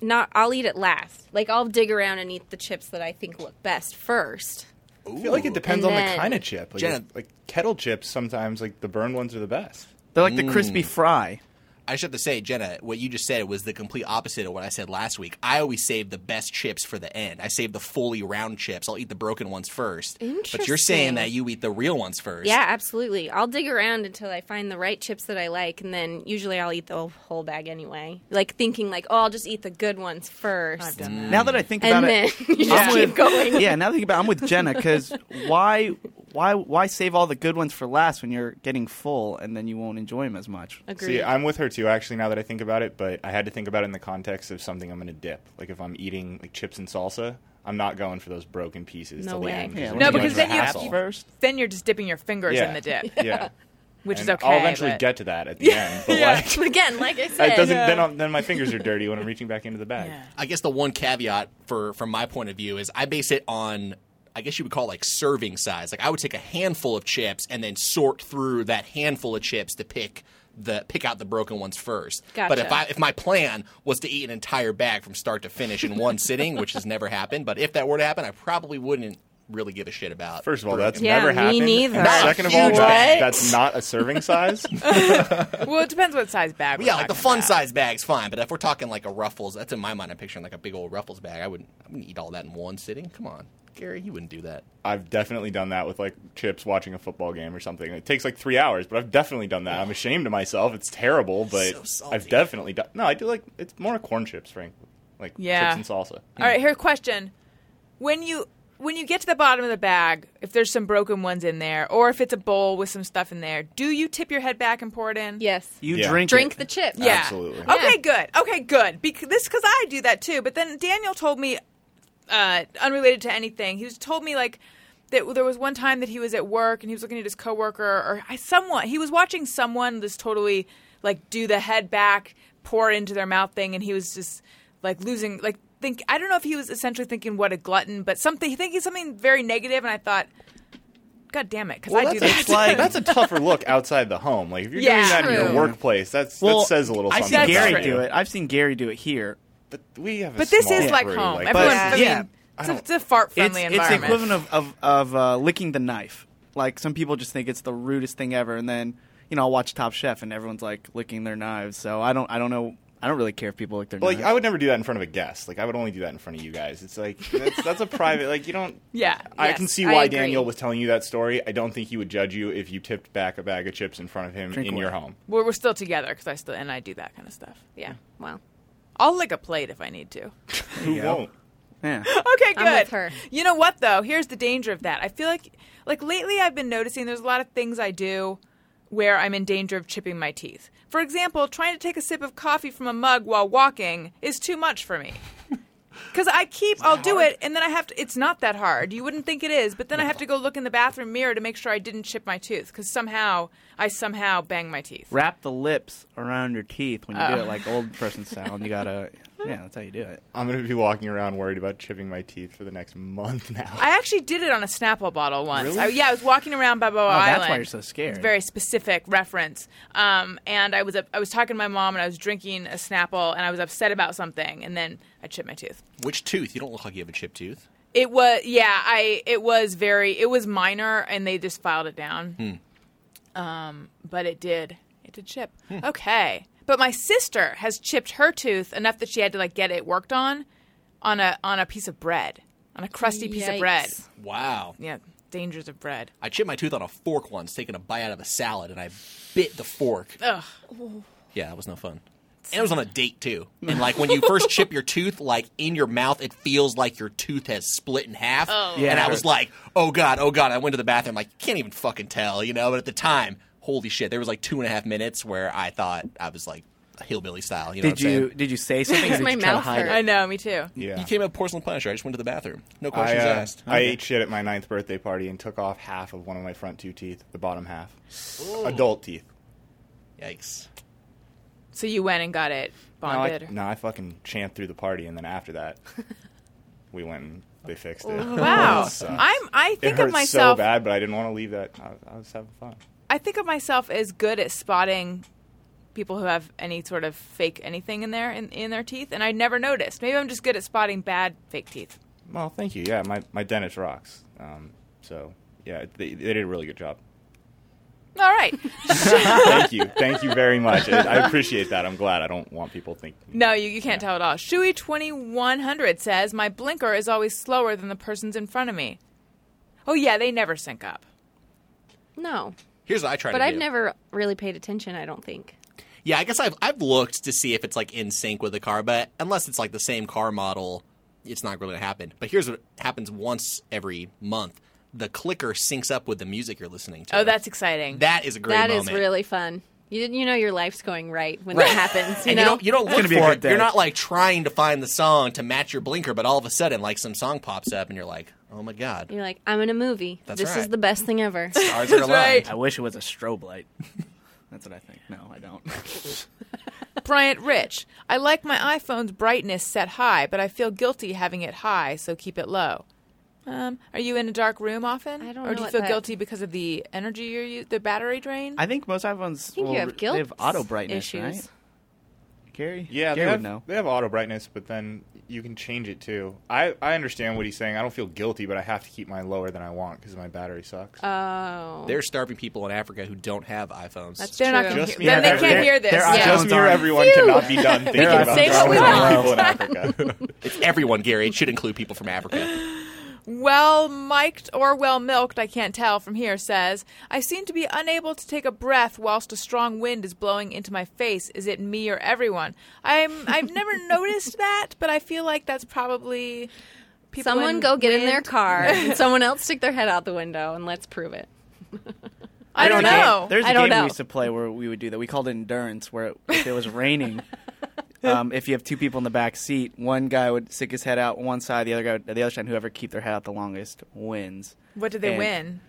[SPEAKER 6] not. I'll eat it last. Like I'll dig around and eat the chips that I think look best first.
[SPEAKER 7] I feel like it depends
[SPEAKER 6] And
[SPEAKER 7] on
[SPEAKER 6] then-
[SPEAKER 7] the kind of chip. Like,
[SPEAKER 5] Jenna-
[SPEAKER 7] like kettle chips, sometimes like the burned ones are the best.
[SPEAKER 4] They're like the crispy
[SPEAKER 7] Mm.
[SPEAKER 4] fry.
[SPEAKER 5] I just have to say, Jenna, what you just said was the complete opposite of what I said last week. I always save the best chips for the end. I save the fully round chips. I'll eat the broken ones first. But you're saying
[SPEAKER 6] Interesting.
[SPEAKER 5] that you eat the real ones first.
[SPEAKER 6] Yeah, absolutely. I'll dig around until I find the right chips that I like, and then usually I'll eat the whole bag anyway. Like thinking, like, oh, I'll just eat the good ones
[SPEAKER 1] I've
[SPEAKER 6] first,
[SPEAKER 1] done that.
[SPEAKER 4] Now that I think about
[SPEAKER 6] and then
[SPEAKER 4] it,
[SPEAKER 6] you just
[SPEAKER 4] I'm
[SPEAKER 6] keep
[SPEAKER 4] with-
[SPEAKER 6] going.
[SPEAKER 4] yeah. Now that I think about, it, I'm with Jenna because why, why, why save all the good ones for last when you're getting full and then you won't enjoy them as much?
[SPEAKER 6] Agreed.
[SPEAKER 7] See, I'm with her too. Actually, now that I think about it, but I had to think about it in the context of something I'm going to dip. Like if I'm eating like chips and salsa, I'm not going for those broken pieces.
[SPEAKER 6] No
[SPEAKER 7] till
[SPEAKER 6] way.
[SPEAKER 7] The end,
[SPEAKER 4] Yeah,
[SPEAKER 7] it's
[SPEAKER 4] let
[SPEAKER 1] No,
[SPEAKER 7] too
[SPEAKER 4] me
[SPEAKER 1] because
[SPEAKER 7] much
[SPEAKER 1] then
[SPEAKER 7] of a
[SPEAKER 1] you
[SPEAKER 7] hassle.
[SPEAKER 1] keep- then you're just dipping your fingers
[SPEAKER 7] Yeah.
[SPEAKER 1] in the dip,
[SPEAKER 7] Yeah,
[SPEAKER 1] which is
[SPEAKER 7] And
[SPEAKER 1] okay.
[SPEAKER 7] I'll eventually
[SPEAKER 1] but-
[SPEAKER 7] get to that at the end, but
[SPEAKER 1] Yeah.
[SPEAKER 7] like
[SPEAKER 6] Again, like I said, uh,
[SPEAKER 7] it doesn't. Then, I'll, then my fingers are dirty when I'm reaching back into the bag.
[SPEAKER 1] Yeah.
[SPEAKER 5] I guess the one caveat for from my point of view is I base it on I guess you would call it like serving size. Like I would take a handful of chips and then sort through that handful of chips to pick the pick out the broken ones first. But if
[SPEAKER 6] Gotcha.
[SPEAKER 5] I if my plan was to eat an entire bag from start to finish in one sitting, which has never happened, but if that were to happen, I probably wouldn't really give a shit about.
[SPEAKER 7] First of all,
[SPEAKER 5] broken.
[SPEAKER 7] that's
[SPEAKER 6] Yeah,
[SPEAKER 7] never
[SPEAKER 6] me
[SPEAKER 7] happened. and
[SPEAKER 6] neither.
[SPEAKER 5] Not
[SPEAKER 7] second of
[SPEAKER 5] huge
[SPEAKER 7] all, that,
[SPEAKER 6] bag.
[SPEAKER 7] that's not a serving size.
[SPEAKER 1] Well, it depends what size bag. we're
[SPEAKER 5] yeah, like the
[SPEAKER 1] talking
[SPEAKER 5] fun
[SPEAKER 1] about.
[SPEAKER 5] size bag's fine, but if we're talking like a Ruffles, that's in my mind. I'm picturing like a big old Ruffles bag. I wouldn't, I wouldn't eat all that in one sitting. Come on, Gary, you wouldn't do that.
[SPEAKER 7] I've definitely done that with like chips watching a football game or something. It takes like three hours, but I've definitely done that. I'm ashamed of myself. It's terrible,
[SPEAKER 5] So
[SPEAKER 7] but
[SPEAKER 5] salty.
[SPEAKER 7] I've definitely done. No, I do like it's more corn chips, frankly, like
[SPEAKER 1] Yeah.
[SPEAKER 7] chips and salsa.
[SPEAKER 1] All right, here's a question. When you when you get to the bottom of the bag, if there's some broken ones in there, or if it's a bowl with some stuff in there, do you tip your head back and pour it in?
[SPEAKER 6] yes,
[SPEAKER 4] You
[SPEAKER 7] Yeah.
[SPEAKER 4] drink
[SPEAKER 6] drink
[SPEAKER 4] it.
[SPEAKER 6] the chips.
[SPEAKER 1] Yeah.
[SPEAKER 7] Absolutely.
[SPEAKER 1] Okay,
[SPEAKER 6] Yeah.
[SPEAKER 1] good. Okay, good. Because this because I do that too. But then Daniel told me, uh, unrelated to anything, he was told me like that there was one time that he was at work and he was looking at his coworker or I, someone. He was watching someone just totally like do the head back pour into their mouth thing, and he was just like losing like think. I don't know if he was essentially thinking what a glutton, but something he thinking something very negative, and I thought. God damn it, because
[SPEAKER 7] Well,
[SPEAKER 1] I do
[SPEAKER 7] that's,
[SPEAKER 1] that.
[SPEAKER 7] a, like, that's a tougher look outside the home. Like if you're
[SPEAKER 1] Yeah,
[SPEAKER 7] doing that in your
[SPEAKER 6] true.
[SPEAKER 7] workplace, that's
[SPEAKER 4] Well,
[SPEAKER 7] that says a little
[SPEAKER 4] I've
[SPEAKER 7] something.
[SPEAKER 4] seen
[SPEAKER 1] That's
[SPEAKER 4] Gary
[SPEAKER 1] true.
[SPEAKER 4] do it. I've seen Gary do it here.
[SPEAKER 7] But we have. A
[SPEAKER 1] but this
[SPEAKER 7] small
[SPEAKER 1] is like
[SPEAKER 7] crew,
[SPEAKER 1] home.
[SPEAKER 7] Like,
[SPEAKER 1] Everyone,
[SPEAKER 4] but-
[SPEAKER 1] I mean,
[SPEAKER 4] yeah.
[SPEAKER 1] it's, a, fart
[SPEAKER 4] It's,
[SPEAKER 1] friendly
[SPEAKER 4] it's the
[SPEAKER 1] environment.
[SPEAKER 4] equivalent of of, of uh, licking the knife. Like some people just think it's the rudest thing ever, and then you know I'll watch Top Chef and everyone's like licking their knives. So I don't I don't know I don't really care if people lick their
[SPEAKER 7] but, like
[SPEAKER 4] knives.
[SPEAKER 7] I would never do that in front of a guest. Like I would only do that in front of you guys. It's like that's, that's a private. Like you don't.
[SPEAKER 1] Yeah,
[SPEAKER 7] I
[SPEAKER 6] yes,
[SPEAKER 7] can see
[SPEAKER 6] I
[SPEAKER 7] why
[SPEAKER 6] agree.
[SPEAKER 7] Daniel was telling you that story. I don't think he would judge you if you tipped back a bag of chips in front of him
[SPEAKER 4] Drink
[SPEAKER 7] in
[SPEAKER 4] one.
[SPEAKER 7] your home.
[SPEAKER 1] we're, we're still together because I still and I do that kind of stuff. Yeah,
[SPEAKER 6] Well,
[SPEAKER 1] I'll lick a plate if I need to.
[SPEAKER 7] Who won't?
[SPEAKER 4] yeah.
[SPEAKER 1] Okay, good.
[SPEAKER 6] I'm with her.
[SPEAKER 1] You know what though? Here's the danger of that. I feel like like lately I've been noticing there's a lot of things I do where I'm in danger of chipping my teeth. For example, trying to take a sip of coffee from a mug while walking is too much for me. Cuz I keep I'll do it and then I have to it's not that hard. You wouldn't think it is, but then I have to go look in the bathroom mirror to make sure I didn't chip my tooth cuz somehow I somehow bang my teeth.
[SPEAKER 4] Wrap the lips around your teeth when you do it like old person sound. You gotta yeah, that's how you do it. Oh,
[SPEAKER 7] I'm going to be walking around worried about chipping my teeth for the next month now.
[SPEAKER 1] I actually did it on a Snapple bottle once.
[SPEAKER 7] Really?
[SPEAKER 1] I, yeah, I was walking around Balboa
[SPEAKER 4] Oh,
[SPEAKER 1] Island.
[SPEAKER 4] that's why you're so scared.
[SPEAKER 1] It's a very specific reference. Um, and I was up, I was talking to my mom, and I was drinking a Snapple, and I was upset about something, and then I chipped my tooth.
[SPEAKER 5] Which tooth? You don't look like you have a chipped tooth.
[SPEAKER 1] It was yeah, I it was very it was minor, and they just filed it down. Um,
[SPEAKER 4] Hmm.
[SPEAKER 1] but it did it did chip. Okay, but my sister has chipped her tooth enough that she had to like get it worked on on a on a piece of bread on a crusty piece of bread.
[SPEAKER 6] Yikes.
[SPEAKER 5] Wow.
[SPEAKER 1] Yeah, dangers of bread.
[SPEAKER 5] I chipped my tooth on a fork once, taking a bite out of a salad, and I bit the fork.
[SPEAKER 1] Ugh.
[SPEAKER 5] Yeah, that was no fun. And it was on a date too. And like when you first chip your tooth, like in your mouth, it feels like your tooth has split in half.
[SPEAKER 4] Yeah,
[SPEAKER 5] and I
[SPEAKER 4] it
[SPEAKER 5] was
[SPEAKER 4] hurts.
[SPEAKER 5] like, oh god, oh god. I went to the bathroom, like can't even fucking tell, you know. But at the time, holy shit, there was like two and a half minutes where I thought I was like hillbilly style. You know
[SPEAKER 4] Did
[SPEAKER 5] what I'm
[SPEAKER 4] you
[SPEAKER 5] saying?
[SPEAKER 4] did you say something? or
[SPEAKER 6] Because
[SPEAKER 4] did
[SPEAKER 6] my
[SPEAKER 4] you try to
[SPEAKER 6] mouth
[SPEAKER 4] hide it?
[SPEAKER 6] hurt.
[SPEAKER 1] I know, me too.
[SPEAKER 7] yeah.
[SPEAKER 5] You came up porcelain punisher. I just went to the bathroom. No
[SPEAKER 7] I,
[SPEAKER 5] questions
[SPEAKER 7] uh,
[SPEAKER 5] asked.
[SPEAKER 7] I ate shit at my ninth birthday party and took off half of one of my front two teeth, the bottom half. Adult teeth.
[SPEAKER 5] Yikes.
[SPEAKER 1] So you went and got it
[SPEAKER 7] No
[SPEAKER 1] bonded.
[SPEAKER 7] I, no, I fucking champed through the party, and then after that, we went and they fixed it.
[SPEAKER 1] Wow,
[SPEAKER 7] It sucks.
[SPEAKER 1] I'm. I
[SPEAKER 7] It
[SPEAKER 1] think
[SPEAKER 7] hurt
[SPEAKER 1] of myself.
[SPEAKER 7] so bad, but I didn't want to leave that. I, I was having fun.
[SPEAKER 1] I think of myself as good at spotting people who have any sort of fake anything in their in, in their teeth, and I never noticed. Maybe I'm just good at spotting bad fake teeth.
[SPEAKER 7] Well, thank you. Yeah, my, my dentist rocks. Um, so, yeah, they, they did a really good job.
[SPEAKER 1] All right.
[SPEAKER 7] thank you. Thank you very much. I, I appreciate that. I'm glad. I don't want people thinking.
[SPEAKER 1] No, you, you can't tell at all. Shui twenty one hundred says my blinker is always slower than the person's in front of me. Oh yeah, they never sync up.
[SPEAKER 6] no.
[SPEAKER 5] Here's what I tried
[SPEAKER 6] But
[SPEAKER 5] to
[SPEAKER 6] I've
[SPEAKER 5] do.
[SPEAKER 6] never really paid attention, I don't think.
[SPEAKER 5] Yeah, I guess I've I've looked to see if it's like in sync with the car, but unless it's like the same car model, it's not really gonna happen. But here's what happens once every month: the clicker syncs up with the music you're listening to.
[SPEAKER 1] Oh, that's exciting.
[SPEAKER 5] that is a great
[SPEAKER 6] That is
[SPEAKER 5] moment.
[SPEAKER 6] really fun. You didn't- you know your life's going right when
[SPEAKER 5] Right.
[SPEAKER 6] that happens. You
[SPEAKER 5] And
[SPEAKER 6] know,
[SPEAKER 5] you don't you don't look
[SPEAKER 4] gonna be a
[SPEAKER 5] for
[SPEAKER 4] good
[SPEAKER 5] it.
[SPEAKER 4] day.
[SPEAKER 5] You're not like trying to find the song to match your blinker, but all of a sudden, like some song pops up, and you're like, "Oh my god,
[SPEAKER 6] are like, I'm in a movie.
[SPEAKER 5] That's
[SPEAKER 6] this is
[SPEAKER 5] right.
[SPEAKER 6] the best thing ever.
[SPEAKER 5] stars are aligned."
[SPEAKER 1] right.
[SPEAKER 4] I wish it was a strobe light. That's what I think. No, I don't.
[SPEAKER 1] Bryant Rich, I like my iPhone's brightness set high, but I feel guilty having it high, so keep it low. Um, are you in a dark room often?
[SPEAKER 6] I don't
[SPEAKER 1] or
[SPEAKER 6] know
[SPEAKER 1] do you
[SPEAKER 6] what
[SPEAKER 1] feel
[SPEAKER 6] that-
[SPEAKER 1] guilty because of the energy you're u- the battery drain?
[SPEAKER 4] I think most iPhones
[SPEAKER 6] think you
[SPEAKER 4] will
[SPEAKER 6] have
[SPEAKER 4] re- they
[SPEAKER 6] guilt
[SPEAKER 4] have auto brightness,
[SPEAKER 6] issues.
[SPEAKER 4] right? Gary?
[SPEAKER 7] Yeah, they
[SPEAKER 4] Gary
[SPEAKER 7] have,
[SPEAKER 4] would know.
[SPEAKER 7] they have auto brightness, but then you can change it too. I, I understand what he's saying. I don't feel guilty, but I have to keep mine lower than I want because my battery sucks.
[SPEAKER 1] Um,
[SPEAKER 6] Oh,
[SPEAKER 5] There are starving people in Africa who don't have iPhones.
[SPEAKER 6] that's
[SPEAKER 1] They're not
[SPEAKER 6] true.
[SPEAKER 1] gonna
[SPEAKER 7] Just
[SPEAKER 1] hear-
[SPEAKER 7] me
[SPEAKER 1] then
[SPEAKER 7] and
[SPEAKER 1] they
[SPEAKER 7] every-
[SPEAKER 1] can't hear this.
[SPEAKER 4] their
[SPEAKER 1] Yeah.
[SPEAKER 4] iPhones
[SPEAKER 7] Just me or
[SPEAKER 4] aren't-
[SPEAKER 7] everyone cannot be done thinking
[SPEAKER 4] can
[SPEAKER 7] about
[SPEAKER 1] say what we want.
[SPEAKER 7] starving people in Africa.
[SPEAKER 5] it's everyone, Gary. It should include people from Africa.
[SPEAKER 1] Well mic'd or well milked, I can't tell from here, says, I seem to be unable to take a breath whilst a strong wind is blowing into my face. Is it me or everyone? I'm I've never noticed that, but I feel like that's probably people
[SPEAKER 6] Someone
[SPEAKER 1] in
[SPEAKER 6] go get in their
[SPEAKER 1] wind.
[SPEAKER 6] car and someone else stick their head out the window and let's prove it.
[SPEAKER 1] I don't
[SPEAKER 4] There's a
[SPEAKER 1] know.
[SPEAKER 4] Game, there's a
[SPEAKER 6] I don't
[SPEAKER 4] game
[SPEAKER 6] know.
[SPEAKER 4] we used to play where we would do that. We called it endurance, where if it was raining, um, if you have two people in the back seat, one guy would stick his head out one side, the other guy would, the other side, and whoever keep their head out the longest wins.
[SPEAKER 1] What did they
[SPEAKER 4] And-
[SPEAKER 1] win?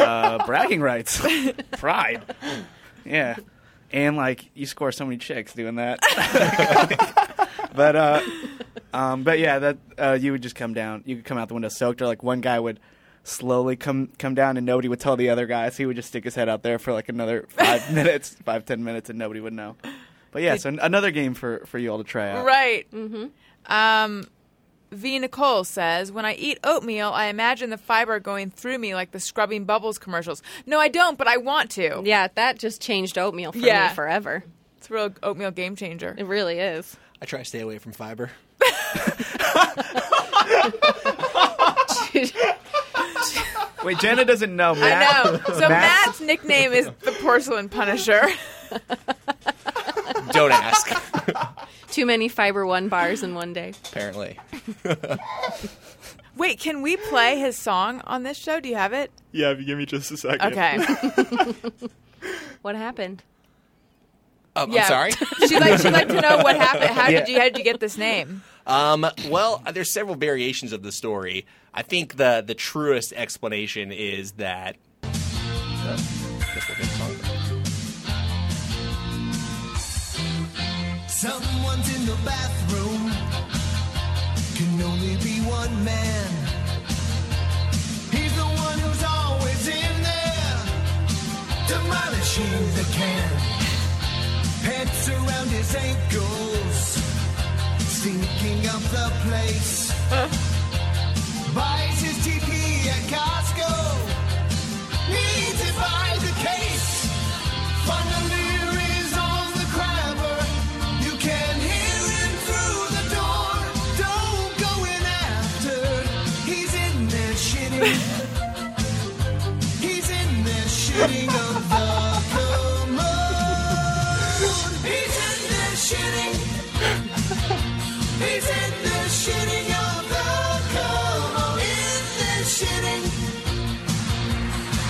[SPEAKER 4] Uh, bragging rights, pride. Yeah, and like you score so many chicks doing that. but uh, um, but yeah, that uh, you would just come down. You could come out the window soaked, or like one guy would slowly come come down, and nobody would tell the other guys. He would just stick his head out there for like another five minutes, five ten minutes, and nobody would know. But yeah, so an- another game for for you all to try out.
[SPEAKER 1] Right. Mm-hmm. Um, v. Nicole says, When I eat oatmeal, I imagine the fiber going through me like the scrubbing bubbles commercials. No, I don't, but I want to.
[SPEAKER 6] Yeah, that just changed oatmeal for
[SPEAKER 1] Yeah.
[SPEAKER 6] me forever.
[SPEAKER 1] It's a real oatmeal game changer.
[SPEAKER 6] It really is.
[SPEAKER 5] I try to stay away from fiber.
[SPEAKER 4] Wait, Jenna doesn't know. Matt,
[SPEAKER 1] I know. So Matt's nickname is the porcelain punisher.
[SPEAKER 5] Don't ask.
[SPEAKER 6] Too many fiber one bars in one day.
[SPEAKER 5] Apparently,
[SPEAKER 1] Wait, can we play his song on this show? Do you have it?
[SPEAKER 7] Yeah, if you give me just a second.
[SPEAKER 1] Okay.
[SPEAKER 6] What happened?
[SPEAKER 5] um,
[SPEAKER 1] Yeah.
[SPEAKER 5] I'm sorry.
[SPEAKER 1] She'd like she'd like to know what happened. How
[SPEAKER 4] Yeah.
[SPEAKER 1] did you how did you get this name?
[SPEAKER 5] Um, well, there's several variations of the story. I think the the truest explanation is that. Uh, guess we'll get a song for that.
[SPEAKER 3] Someone's in the bathroom. Can only be one man. He's the one who's always in there, demolishing the can. Pants around his ankles, stinking up the place. Buys his TP at Costco. Needs it by the case. Fondelier is on the crabber. You can hear him through the door. Don't go in after. He's in there shitting. He's in there shitting of the commode. He's in there shitting. He's in there shitting of the commode. In there shitting.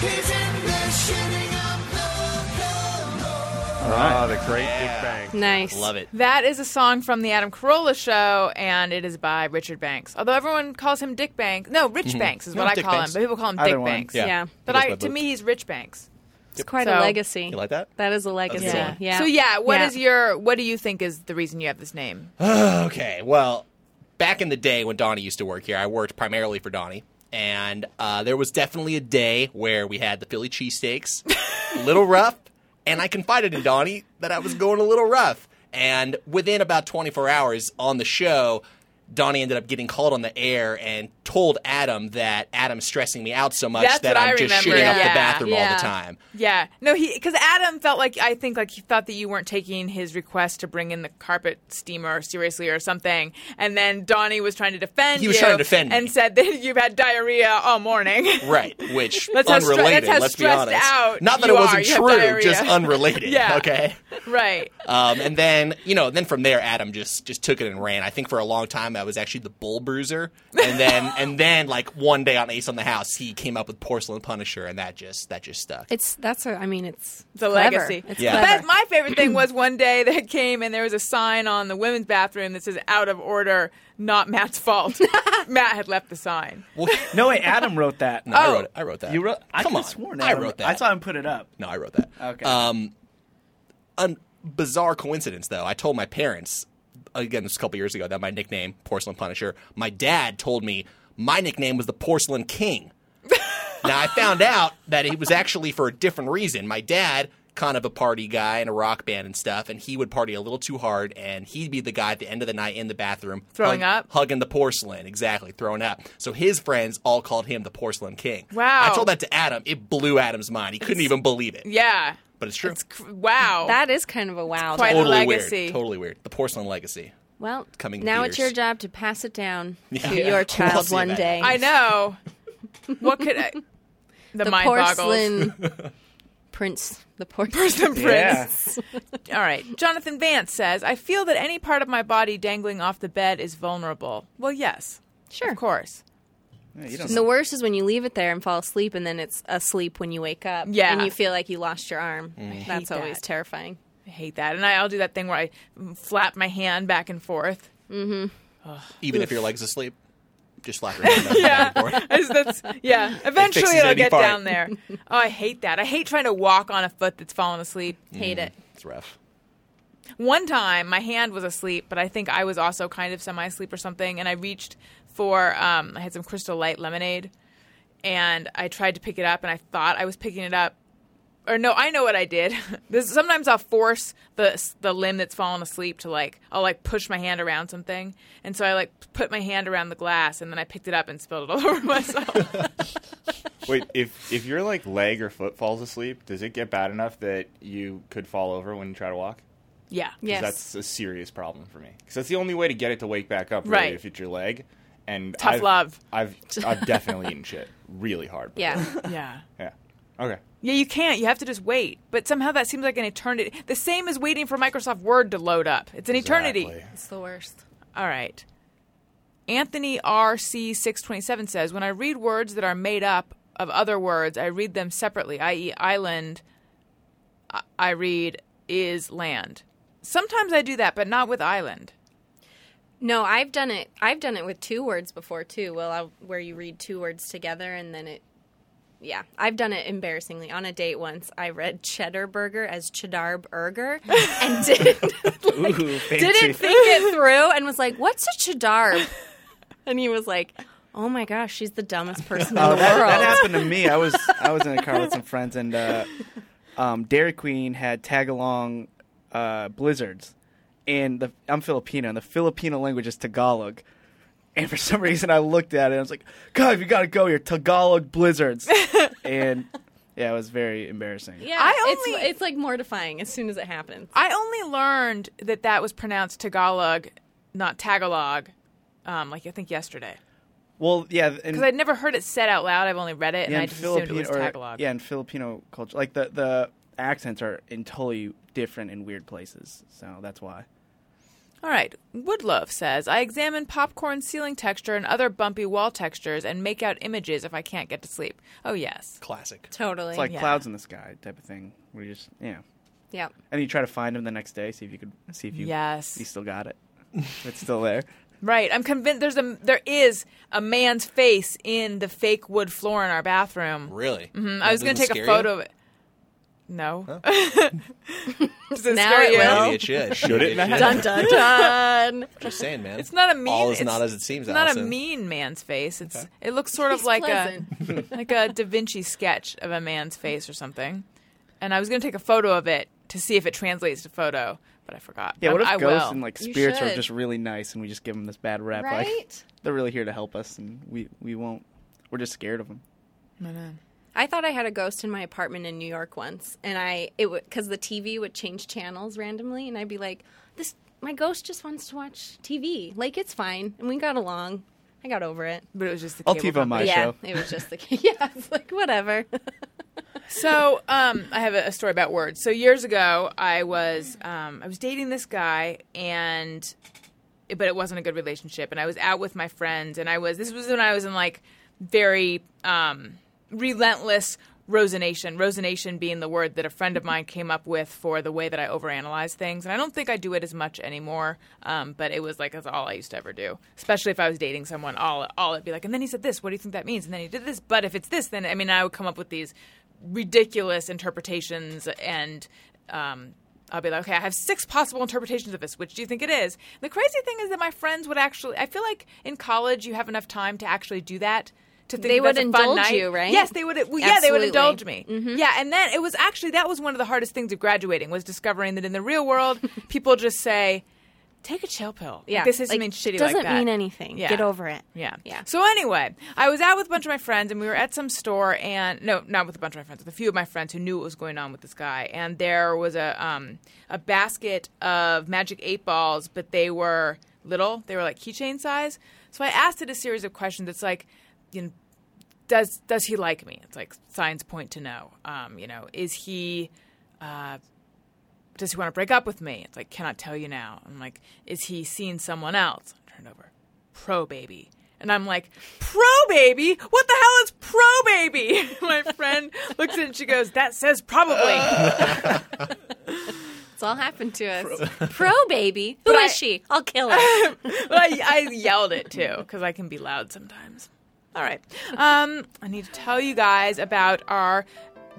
[SPEAKER 3] He's in there shitting of the commode.
[SPEAKER 7] Ah, the Great Big Bang.
[SPEAKER 6] Nice.
[SPEAKER 5] Love it.
[SPEAKER 1] That is a song from the Adam Carolla show, and it is by Richard Banks. Although everyone calls him Dick Banks, no, Rich Banks is
[SPEAKER 5] Mm-hmm. No,
[SPEAKER 1] what I
[SPEAKER 5] Dick
[SPEAKER 1] call
[SPEAKER 5] Banks.
[SPEAKER 1] him, but people call him
[SPEAKER 4] Either
[SPEAKER 1] Dick
[SPEAKER 4] one.
[SPEAKER 1] Banks.
[SPEAKER 5] Yeah.
[SPEAKER 6] Yeah.
[SPEAKER 1] But
[SPEAKER 5] He goes
[SPEAKER 1] I,
[SPEAKER 5] by
[SPEAKER 1] to
[SPEAKER 5] both.
[SPEAKER 1] me, he's Rich Banks.
[SPEAKER 6] It's quite
[SPEAKER 1] So-
[SPEAKER 6] a legacy.
[SPEAKER 5] You like that?
[SPEAKER 6] That is a legacy.
[SPEAKER 5] good
[SPEAKER 6] Yeah.
[SPEAKER 5] one.
[SPEAKER 1] So yeah, What is
[SPEAKER 6] Yeah.
[SPEAKER 1] your what do you think is the reason you have this name?
[SPEAKER 5] Okay, well, back in the day when Donnie used to work here, I worked primarily for Donnie. And uh, there was definitely a day where we had the Philly cheesesteaks, a little rough. And I confided in Donnie that I was going a little rough. And within about 24 hours on the show, Donnie ended up getting called on the air and told Adam that Adam's stressing me out so much
[SPEAKER 1] That's
[SPEAKER 5] that
[SPEAKER 1] what I
[SPEAKER 5] I'm just
[SPEAKER 1] remember,
[SPEAKER 5] shitting up
[SPEAKER 1] yeah,
[SPEAKER 5] the bathroom all
[SPEAKER 6] yeah.
[SPEAKER 5] the time.
[SPEAKER 1] Yeah, no, he because Adam felt like I think like he thought that you weren't taking his request to bring in the carpet steamer seriously or something, and then Donnie was trying to defend.
[SPEAKER 5] He was
[SPEAKER 1] you
[SPEAKER 5] trying to defend me.
[SPEAKER 1] and said that you've had diarrhea all morning.
[SPEAKER 5] Right, which
[SPEAKER 1] That's how stre-
[SPEAKER 5] unrelated.
[SPEAKER 1] that's how
[SPEAKER 5] let's be
[SPEAKER 1] stressed
[SPEAKER 5] honest.
[SPEAKER 1] out
[SPEAKER 5] Not that
[SPEAKER 1] you
[SPEAKER 5] it
[SPEAKER 1] are.
[SPEAKER 5] wasn't
[SPEAKER 1] You have
[SPEAKER 5] true,
[SPEAKER 1] diarrhea.
[SPEAKER 5] just unrelated.
[SPEAKER 1] Yeah.
[SPEAKER 5] Okay.
[SPEAKER 1] right.
[SPEAKER 5] Um, and then you know, then from there, Adam just just took it and ran. I think for a long time, I was actually the bull bruiser, and then and then like one day on Ace on the House, he came up with Porcelain Punisher, and that just that just stuck.
[SPEAKER 6] It's that's a. I mean, it's
[SPEAKER 1] The
[SPEAKER 6] clever.
[SPEAKER 1] legacy.
[SPEAKER 6] It's
[SPEAKER 5] Yeah.
[SPEAKER 1] The
[SPEAKER 6] clever.
[SPEAKER 1] best- my favorite thing was one day they came and there was a sign on the women's bathroom that says "out of order, not Matt's fault." Matt had left the sign.
[SPEAKER 5] Well,
[SPEAKER 4] No way, Adam wrote that.
[SPEAKER 5] no, I
[SPEAKER 1] Oh.
[SPEAKER 5] wrote it. I wrote that.
[SPEAKER 4] You wrote. I
[SPEAKER 5] Come
[SPEAKER 4] could've
[SPEAKER 5] on.
[SPEAKER 4] sworn
[SPEAKER 5] I
[SPEAKER 4] Adam-
[SPEAKER 5] wrote that.
[SPEAKER 4] I saw him put it up.
[SPEAKER 5] No, I wrote that.
[SPEAKER 4] Okay.
[SPEAKER 5] Um, an bizarre coincidence, though. I told my parents again this was a couple years ago that my nickname Porcelain Punisher. My dad told me my nickname was the Porcelain King. now I found out that it was actually for a different reason. My dad, kind of a party guy and a rock band and stuff, and he would party a little too hard, and he'd be the guy at the end of the night in the bathroom
[SPEAKER 1] Throwing
[SPEAKER 5] hug-
[SPEAKER 1] up?
[SPEAKER 5] hugging the porcelain, exactly throwing up. So his friends all called him the Porcelain King.
[SPEAKER 1] Wow.
[SPEAKER 5] I told that to Adam. It blew Adam's mind. He couldn't even believe it.
[SPEAKER 1] Yeah.
[SPEAKER 5] But it's true.
[SPEAKER 1] It's cr- wow.
[SPEAKER 6] That is kind of a wow.
[SPEAKER 1] quite-
[SPEAKER 6] though.
[SPEAKER 5] totally
[SPEAKER 1] legacy.
[SPEAKER 5] weird. Totally weird. The porcelain legacy.
[SPEAKER 6] well,
[SPEAKER 5] coming
[SPEAKER 6] now
[SPEAKER 5] to
[SPEAKER 6] it's your
[SPEAKER 5] theaters.
[SPEAKER 6] job to pass it down
[SPEAKER 5] Yeah.
[SPEAKER 6] to
[SPEAKER 5] Yeah.
[SPEAKER 6] your
[SPEAKER 5] We'll
[SPEAKER 6] child
[SPEAKER 5] see
[SPEAKER 6] one
[SPEAKER 5] that.
[SPEAKER 6] day.
[SPEAKER 1] I know. What could I, the,
[SPEAKER 6] the
[SPEAKER 1] mind boggles?
[SPEAKER 6] porcelain prince. The porcelain prince.
[SPEAKER 4] Yeah.
[SPEAKER 1] All right. Jonathan Vance says, "I feel that any part of my body dangling off the bed is vulnerable." Well, yes,
[SPEAKER 6] Sure.
[SPEAKER 1] of course.
[SPEAKER 4] Yeah, you don't
[SPEAKER 6] And the worst is when you leave it there and fall asleep, and then it's asleep when you wake up.
[SPEAKER 1] Yeah.
[SPEAKER 6] And you feel like you lost your arm.
[SPEAKER 4] Mm.
[SPEAKER 6] That's
[SPEAKER 1] hate
[SPEAKER 6] always
[SPEAKER 1] that.
[SPEAKER 6] terrifying.
[SPEAKER 1] I hate that, and I, I'll do that thing where I mm, flap my hand back and forth.
[SPEAKER 5] Even if your leg's asleep, just flap your hand.
[SPEAKER 1] Yeah.
[SPEAKER 5] yeah.
[SPEAKER 1] Is that's yeah. Eventually,
[SPEAKER 5] fixes
[SPEAKER 1] it'll
[SPEAKER 5] any
[SPEAKER 1] get
[SPEAKER 5] part.
[SPEAKER 1] down there. Oh, I hate that. I hate trying to walk on a foot that's fallen asleep.
[SPEAKER 4] Mm.
[SPEAKER 6] Hate it.
[SPEAKER 5] It's rough.
[SPEAKER 1] One time, my hand was asleep, but I think I was also kind of semi asleep or something, and I reached for um, I had some Crystal Light lemonade, and I tried to pick it up, and I thought I was picking it up. Or no, I know what I did. This sometimes I'll force the the limb that's fallen asleep to like I'll like push my hand around something, and so I like put my hand around the glass, and then I picked it up and spilled it all over myself.
[SPEAKER 7] Wait, if if your like leg or foot falls asleep, does it get bad enough that you could fall over when you try to walk? 'Cause
[SPEAKER 1] yeah,
[SPEAKER 6] Yes.
[SPEAKER 7] that's a serious problem for me. Because that's the only way to get it to wake back up. Really,
[SPEAKER 1] Right.
[SPEAKER 7] if it's your leg. And
[SPEAKER 1] Tough
[SPEAKER 7] I've,
[SPEAKER 1] love.
[SPEAKER 7] I've I've definitely eaten shit really hard. before.
[SPEAKER 6] Yeah.
[SPEAKER 1] yeah.
[SPEAKER 7] Yeah. Okay.
[SPEAKER 1] Yeah, you can't. You have to just wait. But somehow that seems like an eternity. The same as waiting for Microsoft Word to load up. It's an eternity.
[SPEAKER 7] Exactly.
[SPEAKER 6] it's the worst.
[SPEAKER 1] All right. Anthony RC627 says When I read words that are made up of other words, I read them separately, i.e., island, I- I read is land. Sometimes I do that, but not with island.
[SPEAKER 6] No, I've done it. I've done it with two words before too. Well, I'll, where you read two words together and then it. Yeah, I've done it embarrassingly. On a date once, I read cheddar burger as cheddar burger and didn't
[SPEAKER 4] Ooh,
[SPEAKER 6] didn't
[SPEAKER 4] fancy.
[SPEAKER 6] think it through and was like, "What's a cheddar?" And he was like, "Oh my gosh, she's the dumbest person in
[SPEAKER 4] Oh,
[SPEAKER 6] the
[SPEAKER 4] that,
[SPEAKER 6] world."
[SPEAKER 4] that happened to me. I was I was in a car with some friends, and uh, um, Dairy Queen had tag along uh, blizzards, and the I'm Filipino, and the Filipino language is Tagalog. And for some reason, I looked at it, and I was like, "God, if you gotta go, your Tagalog blizzards." and yeah, it was very embarrassing.
[SPEAKER 6] Yeah,
[SPEAKER 1] I
[SPEAKER 6] it's-
[SPEAKER 1] only-
[SPEAKER 6] it's, like mortifying as soon as it happens.
[SPEAKER 1] I only learned that that was pronounced Tagalog, not Tagalog, um, like I think yesterday.
[SPEAKER 4] Well, yeah, and,
[SPEAKER 1] Because I'd never heard it said out loud. I've only read it, and
[SPEAKER 4] yeah,
[SPEAKER 1] I
[SPEAKER 4] and
[SPEAKER 1] just assumed it was
[SPEAKER 4] or-
[SPEAKER 1] Tagalog.
[SPEAKER 4] yeah, and Filipino culture, like the the accents are in totally different and weird places, so that's why.
[SPEAKER 1] All right. Woodlove says I examine popcorn ceiling texture and other bumpy wall textures and make out images if I can't get to sleep. Oh yes.
[SPEAKER 5] Classic.
[SPEAKER 6] Totally.
[SPEAKER 4] It's like
[SPEAKER 1] Yeah.
[SPEAKER 4] clouds in the sky type of thing. Where you just yeah,
[SPEAKER 6] yep.
[SPEAKER 4] and you try to find them the next day, see if you could see if you
[SPEAKER 1] Yes.
[SPEAKER 4] you still got it. If it's still there.
[SPEAKER 1] Right. I'm convinced there's a there is a man's face in the fake wood floor in our bathroom.
[SPEAKER 5] Really?
[SPEAKER 1] Mm, I was going to take a photo of it. No. Does it
[SPEAKER 6] Now
[SPEAKER 1] scare
[SPEAKER 6] it
[SPEAKER 1] you?
[SPEAKER 6] will.
[SPEAKER 5] Maybe it should. Should
[SPEAKER 7] it now?
[SPEAKER 6] Dun dun dun.
[SPEAKER 5] Just saying, man.
[SPEAKER 1] It's not a mean.
[SPEAKER 5] All is
[SPEAKER 1] it's
[SPEAKER 5] not as it seems.
[SPEAKER 1] It's not a
[SPEAKER 5] Allison.
[SPEAKER 1] mean man's face. It's it looks sort of like a like a Da Vinci sketch of a man's face or something. And I was going to take a photo of it to see if it translates to photo, but I forgot.
[SPEAKER 4] Yeah, what
[SPEAKER 1] But
[SPEAKER 4] if
[SPEAKER 1] I
[SPEAKER 4] ghosts
[SPEAKER 1] will.
[SPEAKER 4] and like
[SPEAKER 6] You
[SPEAKER 4] spirits are
[SPEAKER 6] should.
[SPEAKER 4] just really nice and we just give them this bad rap? Like
[SPEAKER 6] Right?
[SPEAKER 4] they're really here to help us, and we we won't. We're just scared of them.
[SPEAKER 6] I thought I had a ghost in my apartment in New York once, and I it would because the TV would change channels randomly, and I'd be like, "This my ghost just wants to watch TV, like it's fine." And we got along. I got over it.
[SPEAKER 1] but it was just the
[SPEAKER 4] I'll
[SPEAKER 1] cable
[SPEAKER 4] TiVo my
[SPEAKER 1] company.
[SPEAKER 6] yeah,
[SPEAKER 4] show.
[SPEAKER 6] it was just the yeah, it's like whatever.
[SPEAKER 1] So um, I have a, a story about words. So years ago, I was um, I was dating this guy, and but it wasn't a good relationship. And I was out with my friends, and I was this was when I was in like very um, relentless rosination. Rosination being the word that a friend of mine came up with for the way that I overanalyze things, and I don't think I do it as much anymore. Um, but it was like that's all I used to ever do, especially if I was dating someone. All all it'd be like, and then he said this. What do you think that means? And then he did this. But if it's this, then I mean, I would come up with these ridiculous interpretations and um, I'll be like, okay, I have six possible interpretations of this. Which do you think it is? And the crazy thing is that my friends would actually. I feel like in college you have enough time to actually do that. To think
[SPEAKER 6] They
[SPEAKER 1] that that's
[SPEAKER 6] would
[SPEAKER 1] a fun
[SPEAKER 6] indulge
[SPEAKER 1] night.
[SPEAKER 6] you, right?
[SPEAKER 1] Yes, they would. Well, yeah, they would
[SPEAKER 6] Absolutely. Mm-hmm.
[SPEAKER 1] indulge me. Yeah, and then it was actually that was one of the hardest things of graduating was discovering that in the real world people just say, "Take a chill pill." Like,
[SPEAKER 6] Yeah,
[SPEAKER 1] this isn't
[SPEAKER 6] like,
[SPEAKER 1] mean shitty.
[SPEAKER 6] Doesn't
[SPEAKER 1] like that.
[SPEAKER 6] mean anything.
[SPEAKER 1] Yeah.
[SPEAKER 6] Get over it.
[SPEAKER 1] Yeah.
[SPEAKER 6] yeah.
[SPEAKER 1] So anyway, I was out with a bunch of my friends and we were at some store and no, not with a bunch of my friends, with a few of my friends who knew what was going on with this guy. And there was a um a basket of magic eight balls, but they were little. They were like keychain size. So I asked it a series of questions. It's like, you know, does does he like me? It's like signs point to no. Um, you know, is he uh does he want to break up with me? It's like, cannot tell you now. I'm like, is he seeing someone else? I turned over, pro baby. And I'm like, pro baby? What the hell is pro baby? My friend looks at it and she goes, that says probably.
[SPEAKER 6] It's all happened to us. Pro baby. Who
[SPEAKER 1] But
[SPEAKER 6] is
[SPEAKER 1] I-
[SPEAKER 6] she? I'll kill her.
[SPEAKER 1] But I, I yelled it too because I can be loud sometimes. All right. Um, I need to tell you guys about our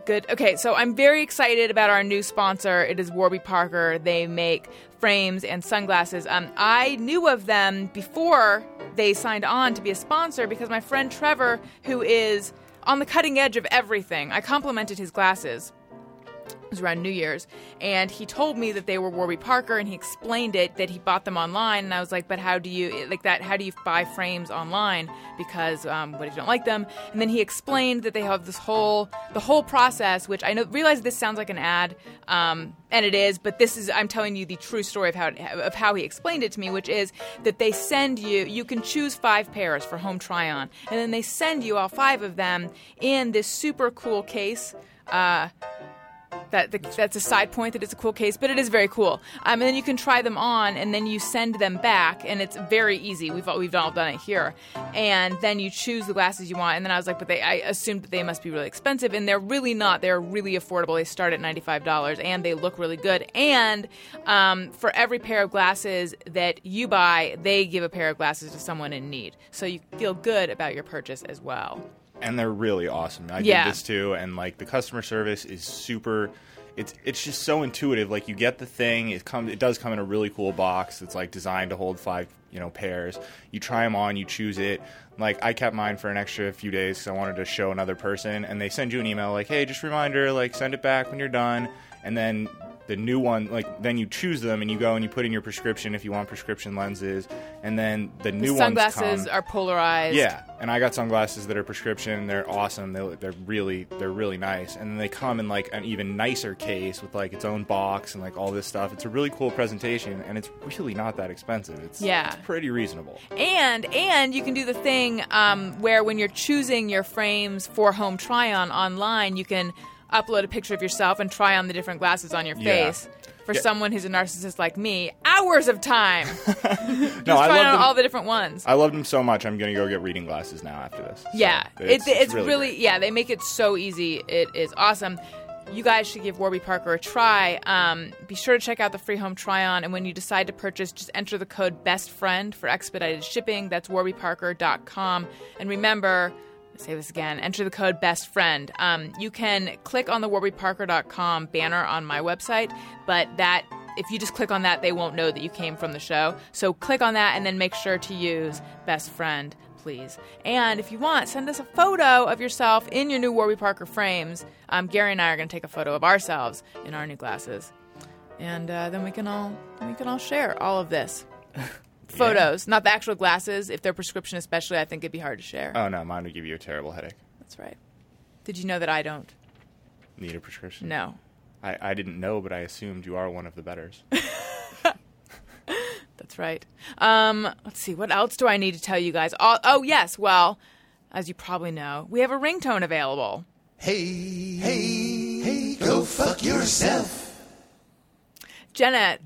[SPEAKER 1] good. Okay, so I'm very excited about our new sponsor. It is Warby Parker. They make frames and sunglasses. Um, I knew of them before they signed on to be a sponsor because my friend Trevor, who is on the cutting edge of everything. I complimented his glasses. It was around New Year's, and he told me that they were Warby Parker, and he explained it that he bought them online, and I was like, "But how do you like that? How do you buy frames online? Because um, what if you don't like them?" And then he explained that they have this whole the whole process, which I know realize this sounds like an ad, um, and it is, but this is I'm telling you the true story of how it, of how he explained it to me, which is that they send you you can choose five pairs for home try on, and then they send you all five of them in this super cool case. Uh, that the, that's a side point that it's a cool case, but it is very cool. Um, and then you can try them on, and then you send them back, and it's very easy. We've all, we've all done it here, and then you choose the glasses you want. And then I was like, but they I assumed that they must be really expensive, and they're really not. They're really affordable. They start at ninety five dollars, and they look really good. And um, for every pair of glasses that you buy, they give a pair of glasses to someone in need, so you feel good about your purchase as well.
[SPEAKER 7] and they're really awesome. I
[SPEAKER 1] Yeah.
[SPEAKER 7] did this too, and like the customer service is super. It's it's just so intuitive. Like you get the thing, it comes, it does come in a really cool box. It's like designed to hold five, you know, pairs. You try them on, you choose it. Like I kept mine for an extra few days because I wanted to show another person, and they send you an email like, hey, just reminder, like send it back when you're done, and then. The new one, like then you choose them and you go and you put in your prescription if you want prescription lenses, and then the new ones
[SPEAKER 1] Sunglasses
[SPEAKER 7] come.
[SPEAKER 1] are polarized.
[SPEAKER 7] Yeah, and I got sunglasses that are prescription. They're awesome. They, they're really they're really nice, and then they come in like an even nicer case with like its own box and like all this stuff. It's a really cool presentation, and it's really not that expensive. It's
[SPEAKER 1] Yeah.
[SPEAKER 7] it's pretty reasonable.
[SPEAKER 1] and and you can do the thing um, where when you're choosing your frames for home try on online, you can upload a picture of yourself and try on the different glasses on your
[SPEAKER 7] Yeah.
[SPEAKER 1] face. For someone who's a narcissist like me, hours of time
[SPEAKER 7] No, I
[SPEAKER 1] trying
[SPEAKER 7] love
[SPEAKER 1] on
[SPEAKER 7] them.
[SPEAKER 1] all the different ones.
[SPEAKER 7] I loved them so much. I'm gonna go get reading glasses now after this. So
[SPEAKER 1] Yeah, it's, it's, really,
[SPEAKER 7] great.
[SPEAKER 1] yeah. They make it so easy. It is awesome. You guys should give Warby Parker a try. Um, be sure to check out the free home try on, and when you decide to purchase, just enter the code Best Friend for expedited shipping. That's warbyparker.com. And remember, I'll say this again enter the code Best Friend. Um, you can click on the warbyparker.com banner on my website, but that if you just click on that, they won't know that you came from the show. So click on that and then make sure to use best friend, please. And if you want, send us a photo of yourself in your new Warby Parker frames. Um, Gary and I are going to take a photo of ourselves in our new glasses, and uh, then we can all we can all share all of this. Photos, not the actual glasses. If they're prescription, especially, I think it'd be hard to share.
[SPEAKER 7] Oh no, mine would give you a terrible headache.
[SPEAKER 1] That's right. Did you know that I don't?
[SPEAKER 7] Need a prescription?
[SPEAKER 1] No.
[SPEAKER 7] I, I didn't know, but I assumed you are one of the betters.
[SPEAKER 1] That's right. Um, let's see. What else do I need to tell you guys? Oh, oh yes. Well, as you probably know, we have a ringtone available.
[SPEAKER 3] Hey, hey, hey, go fuck yourself.
[SPEAKER 1] Jenna,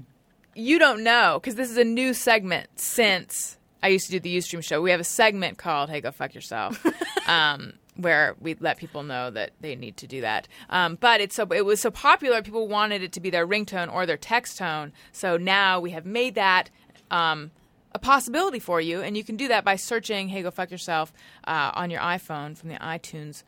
[SPEAKER 1] you don't know because this is a new segment since I used to do the Ustream show. We have a segment called "Hey, Go Fuck Yourself," um, where we let people know that they need to do that. Um, but it's so it was so popular, people wanted it to be their ringtone or their text tone. So now we have made that. Um, a possibility for you, and you can do that by searching "Hey, go fuck yourself" uh, on your iPhone from the iTunes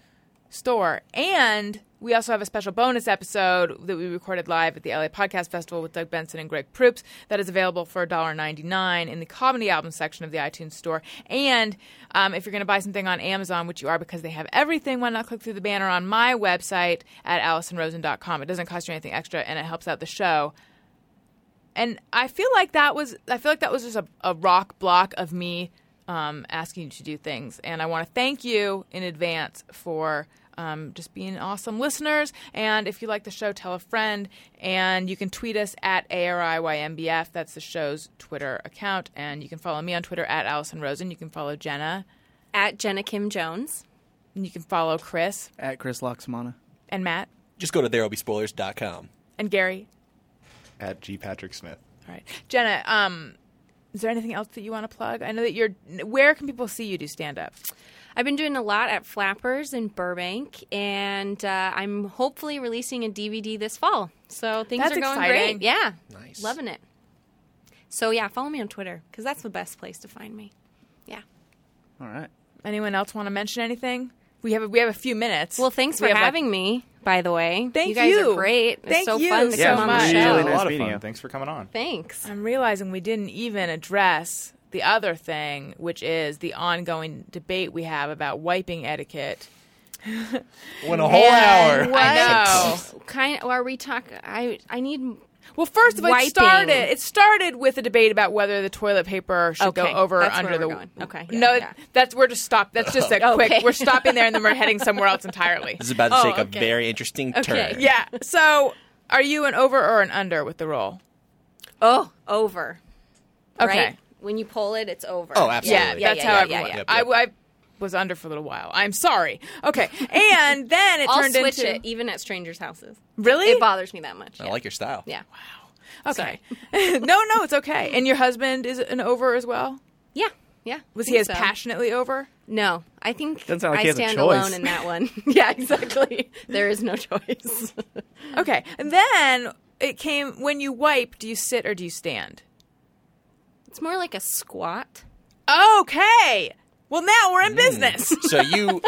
[SPEAKER 1] store. And we also have a special bonus episode that we recorded live at the LA Podcast Festival with Doug Benson and Greg Proops that is available for $1.99 in the comedy album section of the iTunes store. And um, if you're going to buy something on Amazon, which you are because they have everything, why not click through the banner on my website at AllisonRosen.com? It doesn't cost you anything extra and it helps out the show and I feel like that was I feel like that was just a, a rock block of me um, asking you to do things, and I want to thank you in advance for. Um, just being awesome listeners. And if you like the show, tell a friend. And you can tweet us at ARIYMBF. That's the show's Twitter account. And you can follow me on Twitter at Allison Rosen. You can follow Jenna.
[SPEAKER 6] At Jenna Kim Jones.
[SPEAKER 1] And you can follow Chris
[SPEAKER 4] At Chris Loxmana.
[SPEAKER 1] and Matt
[SPEAKER 5] Just go to there'llbespoilers.com.
[SPEAKER 1] and Gary.
[SPEAKER 7] At G Patrick Smith.
[SPEAKER 1] All right. Jenna, um, is there anything else that you want to plug? I know that you're. Where can people see you do stand up?
[SPEAKER 6] I've been doing a lot at Flappers in Burbank, and uh, I'm hopefully releasing a DVD this fall. So things
[SPEAKER 1] That's
[SPEAKER 6] are going
[SPEAKER 1] exciting.
[SPEAKER 6] great. Yeah.
[SPEAKER 5] Nice.
[SPEAKER 6] Loving it. So, yeah, follow me on Twitter because that's the best place to find me. Yeah.
[SPEAKER 4] All right.
[SPEAKER 1] Anyone else want to mention anything? We have a, we have a few minutes.
[SPEAKER 6] Well, thanks
[SPEAKER 1] We
[SPEAKER 6] for
[SPEAKER 1] have, like-
[SPEAKER 6] having me, by the way.
[SPEAKER 1] Thank
[SPEAKER 6] you. guys
[SPEAKER 1] you.
[SPEAKER 6] are great. It's
[SPEAKER 1] Thank
[SPEAKER 6] so
[SPEAKER 1] you
[SPEAKER 6] fun to
[SPEAKER 1] so
[SPEAKER 6] come on
[SPEAKER 1] much.
[SPEAKER 6] the
[SPEAKER 4] Really
[SPEAKER 6] show.
[SPEAKER 7] a
[SPEAKER 4] nice
[SPEAKER 7] lot of
[SPEAKER 4] meeting you.
[SPEAKER 7] fun. Thanks for coming on.
[SPEAKER 6] Thanks.
[SPEAKER 1] I'm realizing we didn't even address the other thing, which is the ongoing debate we have about wiping etiquette
[SPEAKER 5] Went a whole
[SPEAKER 1] And
[SPEAKER 5] hour.
[SPEAKER 1] what- I
[SPEAKER 6] know. kind of, are we talking? I I need.
[SPEAKER 1] Well, first of all, it
[SPEAKER 6] Wiping.
[SPEAKER 1] started. It started with a debate about whether the toilet paper should go
[SPEAKER 6] Okay,
[SPEAKER 1] over or
[SPEAKER 6] that's where
[SPEAKER 1] under
[SPEAKER 6] we're
[SPEAKER 1] the.
[SPEAKER 6] going. Okay, yeah,
[SPEAKER 1] no,
[SPEAKER 6] yeah.
[SPEAKER 1] that's we're just stop. That's just a
[SPEAKER 6] Okay.
[SPEAKER 1] quick. We're stopping there, and then we're heading somewhere else entirely.
[SPEAKER 5] This is about to
[SPEAKER 6] Oh,
[SPEAKER 5] take
[SPEAKER 6] okay.
[SPEAKER 5] a very interesting turn.
[SPEAKER 1] Yeah. So, are you an over or an under with the roll?
[SPEAKER 6] Oh, over.
[SPEAKER 1] Okay.
[SPEAKER 6] Right? When you pull it, it's over.
[SPEAKER 5] Oh, absolutely.
[SPEAKER 1] Yeah,
[SPEAKER 5] Yeah,
[SPEAKER 1] that's
[SPEAKER 6] yeah,
[SPEAKER 1] how
[SPEAKER 6] yeah,
[SPEAKER 1] everyone.
[SPEAKER 6] yeah,
[SPEAKER 5] yeah.
[SPEAKER 1] I,
[SPEAKER 5] Yep,
[SPEAKER 1] I was under for a little while. I'm sorry. Okay, and then it
[SPEAKER 6] I'll
[SPEAKER 1] turned
[SPEAKER 6] switch
[SPEAKER 1] into
[SPEAKER 6] it even at strangers' houses.
[SPEAKER 1] really.
[SPEAKER 6] It bothers me that much.
[SPEAKER 5] I
[SPEAKER 4] Oh.
[SPEAKER 6] yeah.
[SPEAKER 5] like your style.
[SPEAKER 6] Yeah.
[SPEAKER 1] okay, no, no, it's okay. And your husband is an over as well.
[SPEAKER 6] Yeah. Yeah.
[SPEAKER 1] Was he
[SPEAKER 6] I think
[SPEAKER 1] as
[SPEAKER 6] so.
[SPEAKER 1] passionately over?
[SPEAKER 6] No, I think
[SPEAKER 4] Doesn't sound like
[SPEAKER 6] I
[SPEAKER 4] he has a
[SPEAKER 6] stand
[SPEAKER 4] choice.
[SPEAKER 6] alone in that one. yeah, exactly. There is no choice. Mm.
[SPEAKER 1] Okay, and then it came when you wipe. Do you sit or do you stand?
[SPEAKER 6] it's more like a squat.
[SPEAKER 1] Okay. Well, now we're
[SPEAKER 6] Mm.
[SPEAKER 1] in business.
[SPEAKER 5] So you,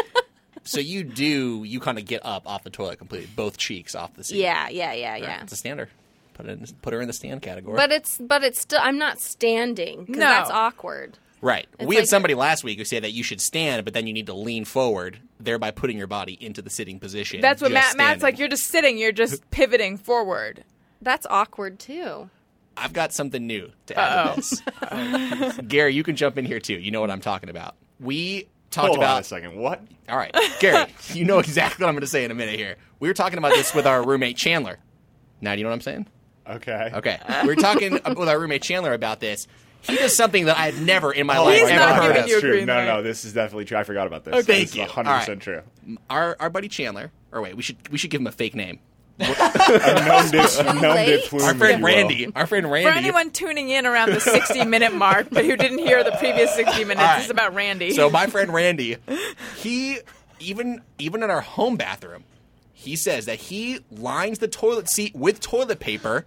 [SPEAKER 5] so you do. You kind of get up off the toilet completely, both cheeks off the seat.
[SPEAKER 6] Yeah, yeah, yeah, yeah.
[SPEAKER 5] It's a standard. Put it in, put her in the stand category.
[SPEAKER 6] But it's but it's still I'm not standing 'cause
[SPEAKER 1] No.
[SPEAKER 6] that's awkward.
[SPEAKER 5] right.
[SPEAKER 6] it's
[SPEAKER 5] We had
[SPEAKER 6] like-
[SPEAKER 5] somebody last week who said that you should stand, but then you need to lean forward, thereby putting your body into the sitting position.
[SPEAKER 1] That's what Matt.
[SPEAKER 5] just
[SPEAKER 1] Matt's like.
[SPEAKER 5] standing.
[SPEAKER 1] You're just sitting. You're just pivoting forward.
[SPEAKER 6] That's awkward too.
[SPEAKER 5] I've got something new to add to this. Gary, you can jump in here too. You know what I'm talking about. We talked
[SPEAKER 7] Hold
[SPEAKER 5] about
[SPEAKER 7] on a second. What?
[SPEAKER 5] All right, Gary, you know exactly what I'm going to say in a minute here. We were talking about this with our roommate Chandler. Now, do you know what I'm saying?
[SPEAKER 7] Okay.
[SPEAKER 5] Okay. We were talking with our roommate Chandler about this. He does something that I've never in
[SPEAKER 7] Oh,
[SPEAKER 5] my life
[SPEAKER 1] He's
[SPEAKER 5] I've
[SPEAKER 1] not
[SPEAKER 5] ever heard
[SPEAKER 1] giving
[SPEAKER 5] of.
[SPEAKER 1] you a
[SPEAKER 7] That's true.
[SPEAKER 1] green
[SPEAKER 7] No,
[SPEAKER 1] light.
[SPEAKER 7] no, this is definitely true. I forgot about this.
[SPEAKER 5] Okay.
[SPEAKER 7] This
[SPEAKER 5] Oh, Thank
[SPEAKER 7] is
[SPEAKER 5] you.
[SPEAKER 7] 100% true.
[SPEAKER 5] Our our buddy Chandler. Or wait, we should we should give him a fake name.
[SPEAKER 7] Gnome did, gnome did
[SPEAKER 6] late.
[SPEAKER 7] plume
[SPEAKER 5] Our
[SPEAKER 7] me,
[SPEAKER 5] friend
[SPEAKER 7] Will.
[SPEAKER 5] Randy. Our friend Randy.
[SPEAKER 1] For anyone tuning in around the 60 minute mark, but who didn't hear the previous 60 minutes,
[SPEAKER 5] All right.
[SPEAKER 1] this is about Randy.
[SPEAKER 5] So my friend Randy, he even even in our home bathroom, he says that he lines the toilet seat with toilet paper.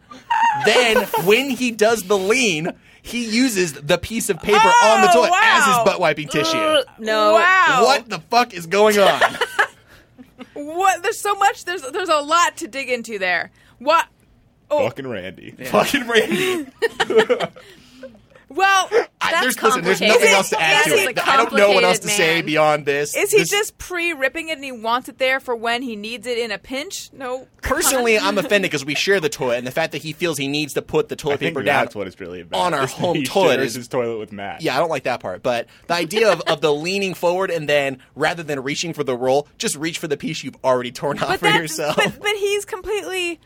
[SPEAKER 5] then when he does the lean, he uses the piece of paper on the
[SPEAKER 1] Oh,
[SPEAKER 5] toilet as his
[SPEAKER 1] wow.
[SPEAKER 5] butt wiping tissue.
[SPEAKER 6] No.
[SPEAKER 1] Wow.
[SPEAKER 5] What the fuck is going on?
[SPEAKER 1] What? There's so much. There's there's a lot to dig into there. What?
[SPEAKER 7] Fucking Randy.
[SPEAKER 5] Fucking Randy.
[SPEAKER 1] Well,
[SPEAKER 5] I,
[SPEAKER 6] That's
[SPEAKER 5] there's, listen, there's
[SPEAKER 6] complicated.
[SPEAKER 5] nothing else to add to
[SPEAKER 1] Is he-
[SPEAKER 5] it. I don't know what else to
[SPEAKER 6] complicated
[SPEAKER 5] say
[SPEAKER 6] man.
[SPEAKER 5] beyond this.
[SPEAKER 1] is he
[SPEAKER 5] This-
[SPEAKER 1] just pre ripping it and he wants it there for when he needs it in a pinch? No.
[SPEAKER 5] Personally, I'm offended because we share the toilet, and the fact that he feels he needs to put the
[SPEAKER 7] I
[SPEAKER 5] toilet
[SPEAKER 7] think
[SPEAKER 5] paper down
[SPEAKER 7] that's what it's really about.
[SPEAKER 5] on our
[SPEAKER 7] is that
[SPEAKER 5] home
[SPEAKER 7] he
[SPEAKER 5] toilet
[SPEAKER 7] shares
[SPEAKER 5] is-
[SPEAKER 7] his toilet with Matt.
[SPEAKER 5] Yeah, I don't like that part. But the idea of, of the leaning forward and then rather than reaching for the roll, just reach for the piece you've already torn off
[SPEAKER 1] But
[SPEAKER 5] for
[SPEAKER 1] that,
[SPEAKER 5] yourself.
[SPEAKER 1] but but he's completely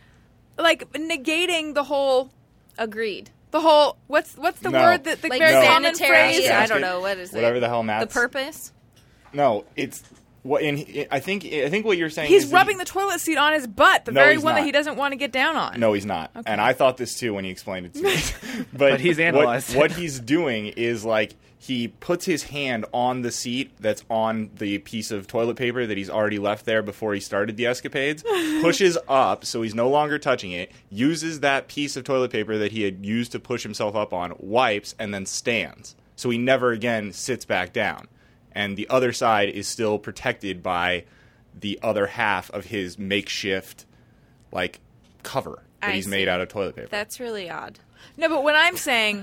[SPEAKER 1] like negating the whole
[SPEAKER 6] Agreed.
[SPEAKER 1] the whole what's what's the
[SPEAKER 7] No.
[SPEAKER 1] word that the
[SPEAKER 6] Like
[SPEAKER 1] very
[SPEAKER 7] No.
[SPEAKER 1] common
[SPEAKER 6] sanitary.
[SPEAKER 1] phrase?
[SPEAKER 6] I
[SPEAKER 7] Basket.
[SPEAKER 6] don't know what is
[SPEAKER 7] Whatever
[SPEAKER 6] it.
[SPEAKER 7] the hell
[SPEAKER 6] The
[SPEAKER 7] Matt's-
[SPEAKER 6] purpose.
[SPEAKER 7] No, it's what in I think I think what you're saying
[SPEAKER 1] He's
[SPEAKER 7] is that
[SPEAKER 1] rubbing
[SPEAKER 7] he-
[SPEAKER 1] the toilet seat on his butt, the
[SPEAKER 7] No,
[SPEAKER 1] very
[SPEAKER 7] he's
[SPEAKER 1] one that
[SPEAKER 7] not.
[SPEAKER 1] he doesn't want to get down on.
[SPEAKER 7] No, he's not. And I thought this too when he explained it to me. but,
[SPEAKER 4] he's
[SPEAKER 7] what-
[SPEAKER 4] analyzed.
[SPEAKER 7] What, he's doing is like he puts his hand on the seat that's on the piece of toilet paper that he's already left there before he started the escapades, pushes up so he's no longer touching it, uses that piece of toilet paper that he had used to push himself up on, wipes, and then stands. So he never again sits back down. And the other side is still protected by the other half of his makeshift like cover that
[SPEAKER 6] I
[SPEAKER 7] he's
[SPEAKER 6] see.
[SPEAKER 7] made out of toilet paper.
[SPEAKER 6] That's really odd.
[SPEAKER 1] No, but what I'm saying,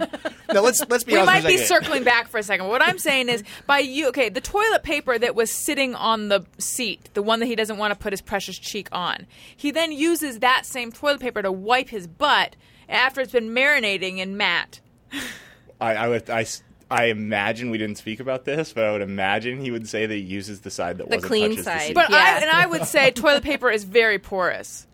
[SPEAKER 5] now let's let's be
[SPEAKER 1] we
[SPEAKER 5] honest.
[SPEAKER 1] might
[SPEAKER 5] for
[SPEAKER 1] be
[SPEAKER 5] a second.
[SPEAKER 1] circling back for a second. What I'm saying is, by you, okay, the toilet paper that was sitting on the seat, the one that he doesn't want to put his precious cheek on, he then uses that same toilet paper to wipe his butt after it's been marinating in Matt.
[SPEAKER 7] I, I would I, s- I imagine we didn't speak about this, but I would imagine he would say that he uses the side that wasn't
[SPEAKER 6] clean
[SPEAKER 7] touches
[SPEAKER 6] side.
[SPEAKER 7] The seat.
[SPEAKER 1] But
[SPEAKER 6] Yeah.
[SPEAKER 1] I and I would say toilet paper is very porous.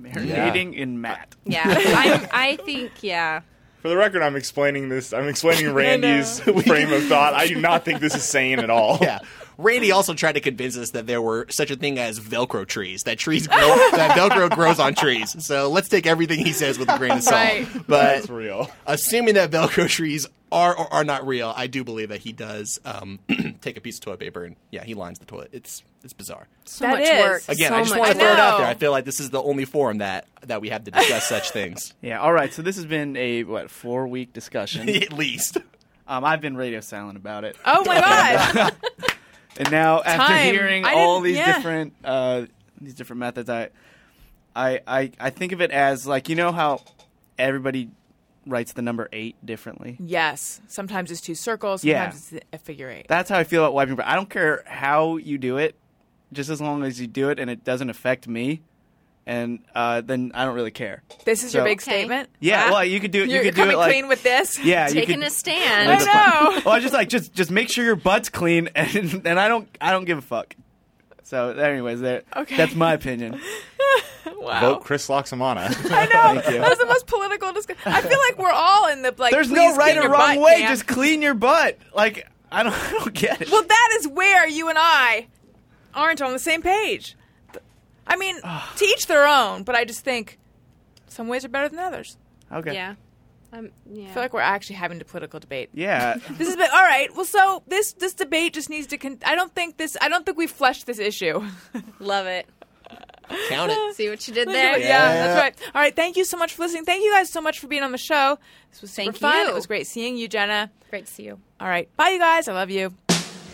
[SPEAKER 4] Marinating in Matt.
[SPEAKER 6] Yeah. I'm, I think yeah.
[SPEAKER 7] For the record, I'm explaining this. I'm explaining Randy's frame of thought. I do not think this is sane at all.
[SPEAKER 5] Yeah. Randy also tried to convince us that there were such a thing as Velcro trees, that trees grow, that Velcro grows on trees. So let's take everything he says with a grain of salt.
[SPEAKER 1] Right.
[SPEAKER 5] But
[SPEAKER 7] That's real.
[SPEAKER 5] assuming that Velcro trees are or are not real, I do believe that he does um, take a piece of toilet paper and yeah, he lines the toilet. It's it's bizarre.
[SPEAKER 6] So
[SPEAKER 1] That
[SPEAKER 6] much
[SPEAKER 1] is.
[SPEAKER 6] work.
[SPEAKER 5] Again,
[SPEAKER 6] so
[SPEAKER 5] I just
[SPEAKER 6] much
[SPEAKER 5] want to throw it
[SPEAKER 6] work.
[SPEAKER 5] out there.
[SPEAKER 1] No.
[SPEAKER 5] I feel like this is the only forum that that we have to discuss such things.
[SPEAKER 4] Yeah. All right. So this has been a what four week discussion.
[SPEAKER 5] At least.
[SPEAKER 4] um, I've been radio silent about it,
[SPEAKER 1] Oh my god!
[SPEAKER 4] and now after
[SPEAKER 1] Time.
[SPEAKER 4] hearing
[SPEAKER 1] I
[SPEAKER 4] all
[SPEAKER 1] didn't-
[SPEAKER 4] these
[SPEAKER 1] yeah.
[SPEAKER 4] different uh, these different methods, I, I I I think of it as like you know how everybody writes the number eight differently.
[SPEAKER 1] Mm. yes, sometimes it's two circles,
[SPEAKER 4] Yeah.
[SPEAKER 1] sometimes it's a figure eight.
[SPEAKER 4] That's how I feel about wiping. But I don't care how you do it. just as long as you do it and it doesn't affect me, and uh, then I don't really care.
[SPEAKER 1] This is your
[SPEAKER 4] So-
[SPEAKER 1] big
[SPEAKER 6] Okay.
[SPEAKER 1] statement.
[SPEAKER 4] Yeah,
[SPEAKER 1] Huh?
[SPEAKER 4] well, you could do it. You
[SPEAKER 1] You're
[SPEAKER 4] could do
[SPEAKER 1] coming
[SPEAKER 4] it like
[SPEAKER 1] clean with this.
[SPEAKER 4] yeah, you
[SPEAKER 6] Taking
[SPEAKER 4] could,
[SPEAKER 6] a
[SPEAKER 1] I
[SPEAKER 6] stand.
[SPEAKER 1] know.
[SPEAKER 4] Well, I was just like just just make sure your butt's clean, and and I don't I don't give a fuck. So, anyways, there.
[SPEAKER 1] Okay.
[SPEAKER 4] That's my opinion.
[SPEAKER 1] wow.
[SPEAKER 7] Vote Chris Loxamana.
[SPEAKER 1] I know.
[SPEAKER 4] Thank you.
[SPEAKER 1] That was the most political discussion. I feel like we're all in the like.
[SPEAKER 4] There's
[SPEAKER 1] please
[SPEAKER 4] no
[SPEAKER 1] clean
[SPEAKER 4] right or
[SPEAKER 1] your
[SPEAKER 4] wrong
[SPEAKER 1] butt
[SPEAKER 4] way.
[SPEAKER 1] camp.
[SPEAKER 4] Just clean your butt. Like I don't I don't get it.
[SPEAKER 1] Well, that is where you and I aren't on the same page. Th- I mean, to each their own, but I just think some ways are better than others.
[SPEAKER 4] okay.
[SPEAKER 6] Yeah. Um, yeah.
[SPEAKER 1] I feel like we're actually having a political debate.
[SPEAKER 4] Yeah.
[SPEAKER 1] This is all right. Well, so this this debate just needs to. Con- I don't think this. I don't think we fleshed this issue.
[SPEAKER 6] Love it.
[SPEAKER 5] Count it.
[SPEAKER 6] See what you did
[SPEAKER 1] yeah,
[SPEAKER 6] there.
[SPEAKER 1] that's right. All right. Thank you so much for listening. Thank you guys so much for being on the show. This was super
[SPEAKER 6] Thank
[SPEAKER 1] fun.
[SPEAKER 6] you.
[SPEAKER 1] It was great seeing you, Jenna.
[SPEAKER 6] Great to see you.
[SPEAKER 1] All right. Bye, you guys. I love you.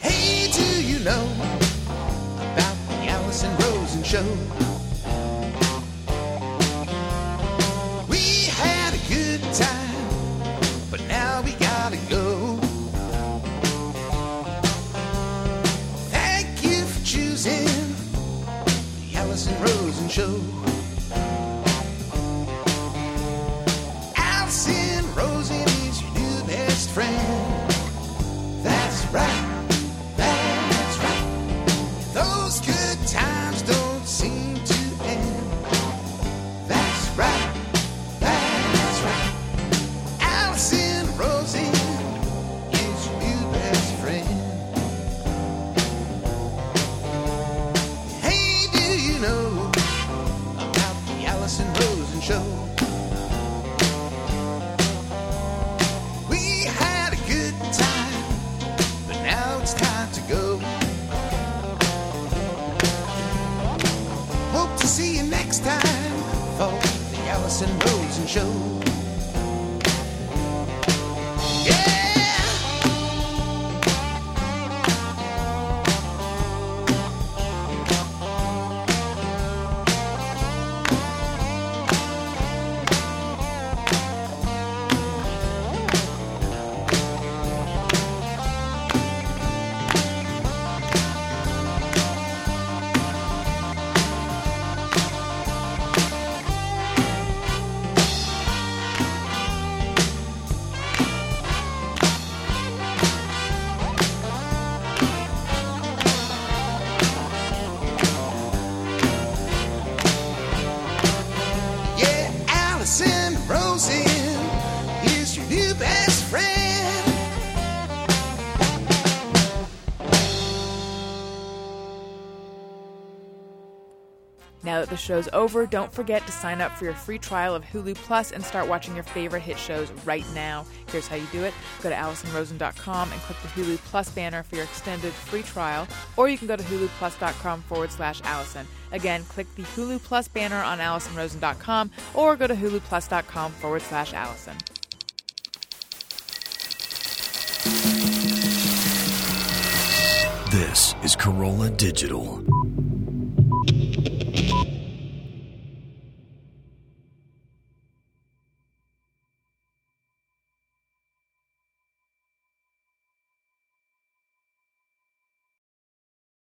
[SPEAKER 3] Hey, do you know about the Allison Rosen show? We had a good time, but now we gotta go. Thank you for choosing the Allison Rosen show. Allison Rosen is your new best friend. That's right. That's right. Those good times don't seem to end. That's right. That's right. Allison Rosen is your new best friend. Hey, do you know about the Allison Rosen show? We had a good time. But now it's time to go. Hope to see you next time for the Allison Rosen Show. Yeah! Yeah, Allison Rosen is your new best friend.
[SPEAKER 1] Now that the show's over, don't forget to sign up for your free trial of Hulu Plus and start watching your favorite hit shows right now. Here's how you do it go to AllisonRosen.com and click the Hulu Plus banner for your extended free trial, or you can go to HuluPlus.com forward slash Allison. Again, click the Hulu Plus banner on AllisonRosen.com or go to HuluPlus.com forward slash Allison.
[SPEAKER 2] This is Corolla Digital.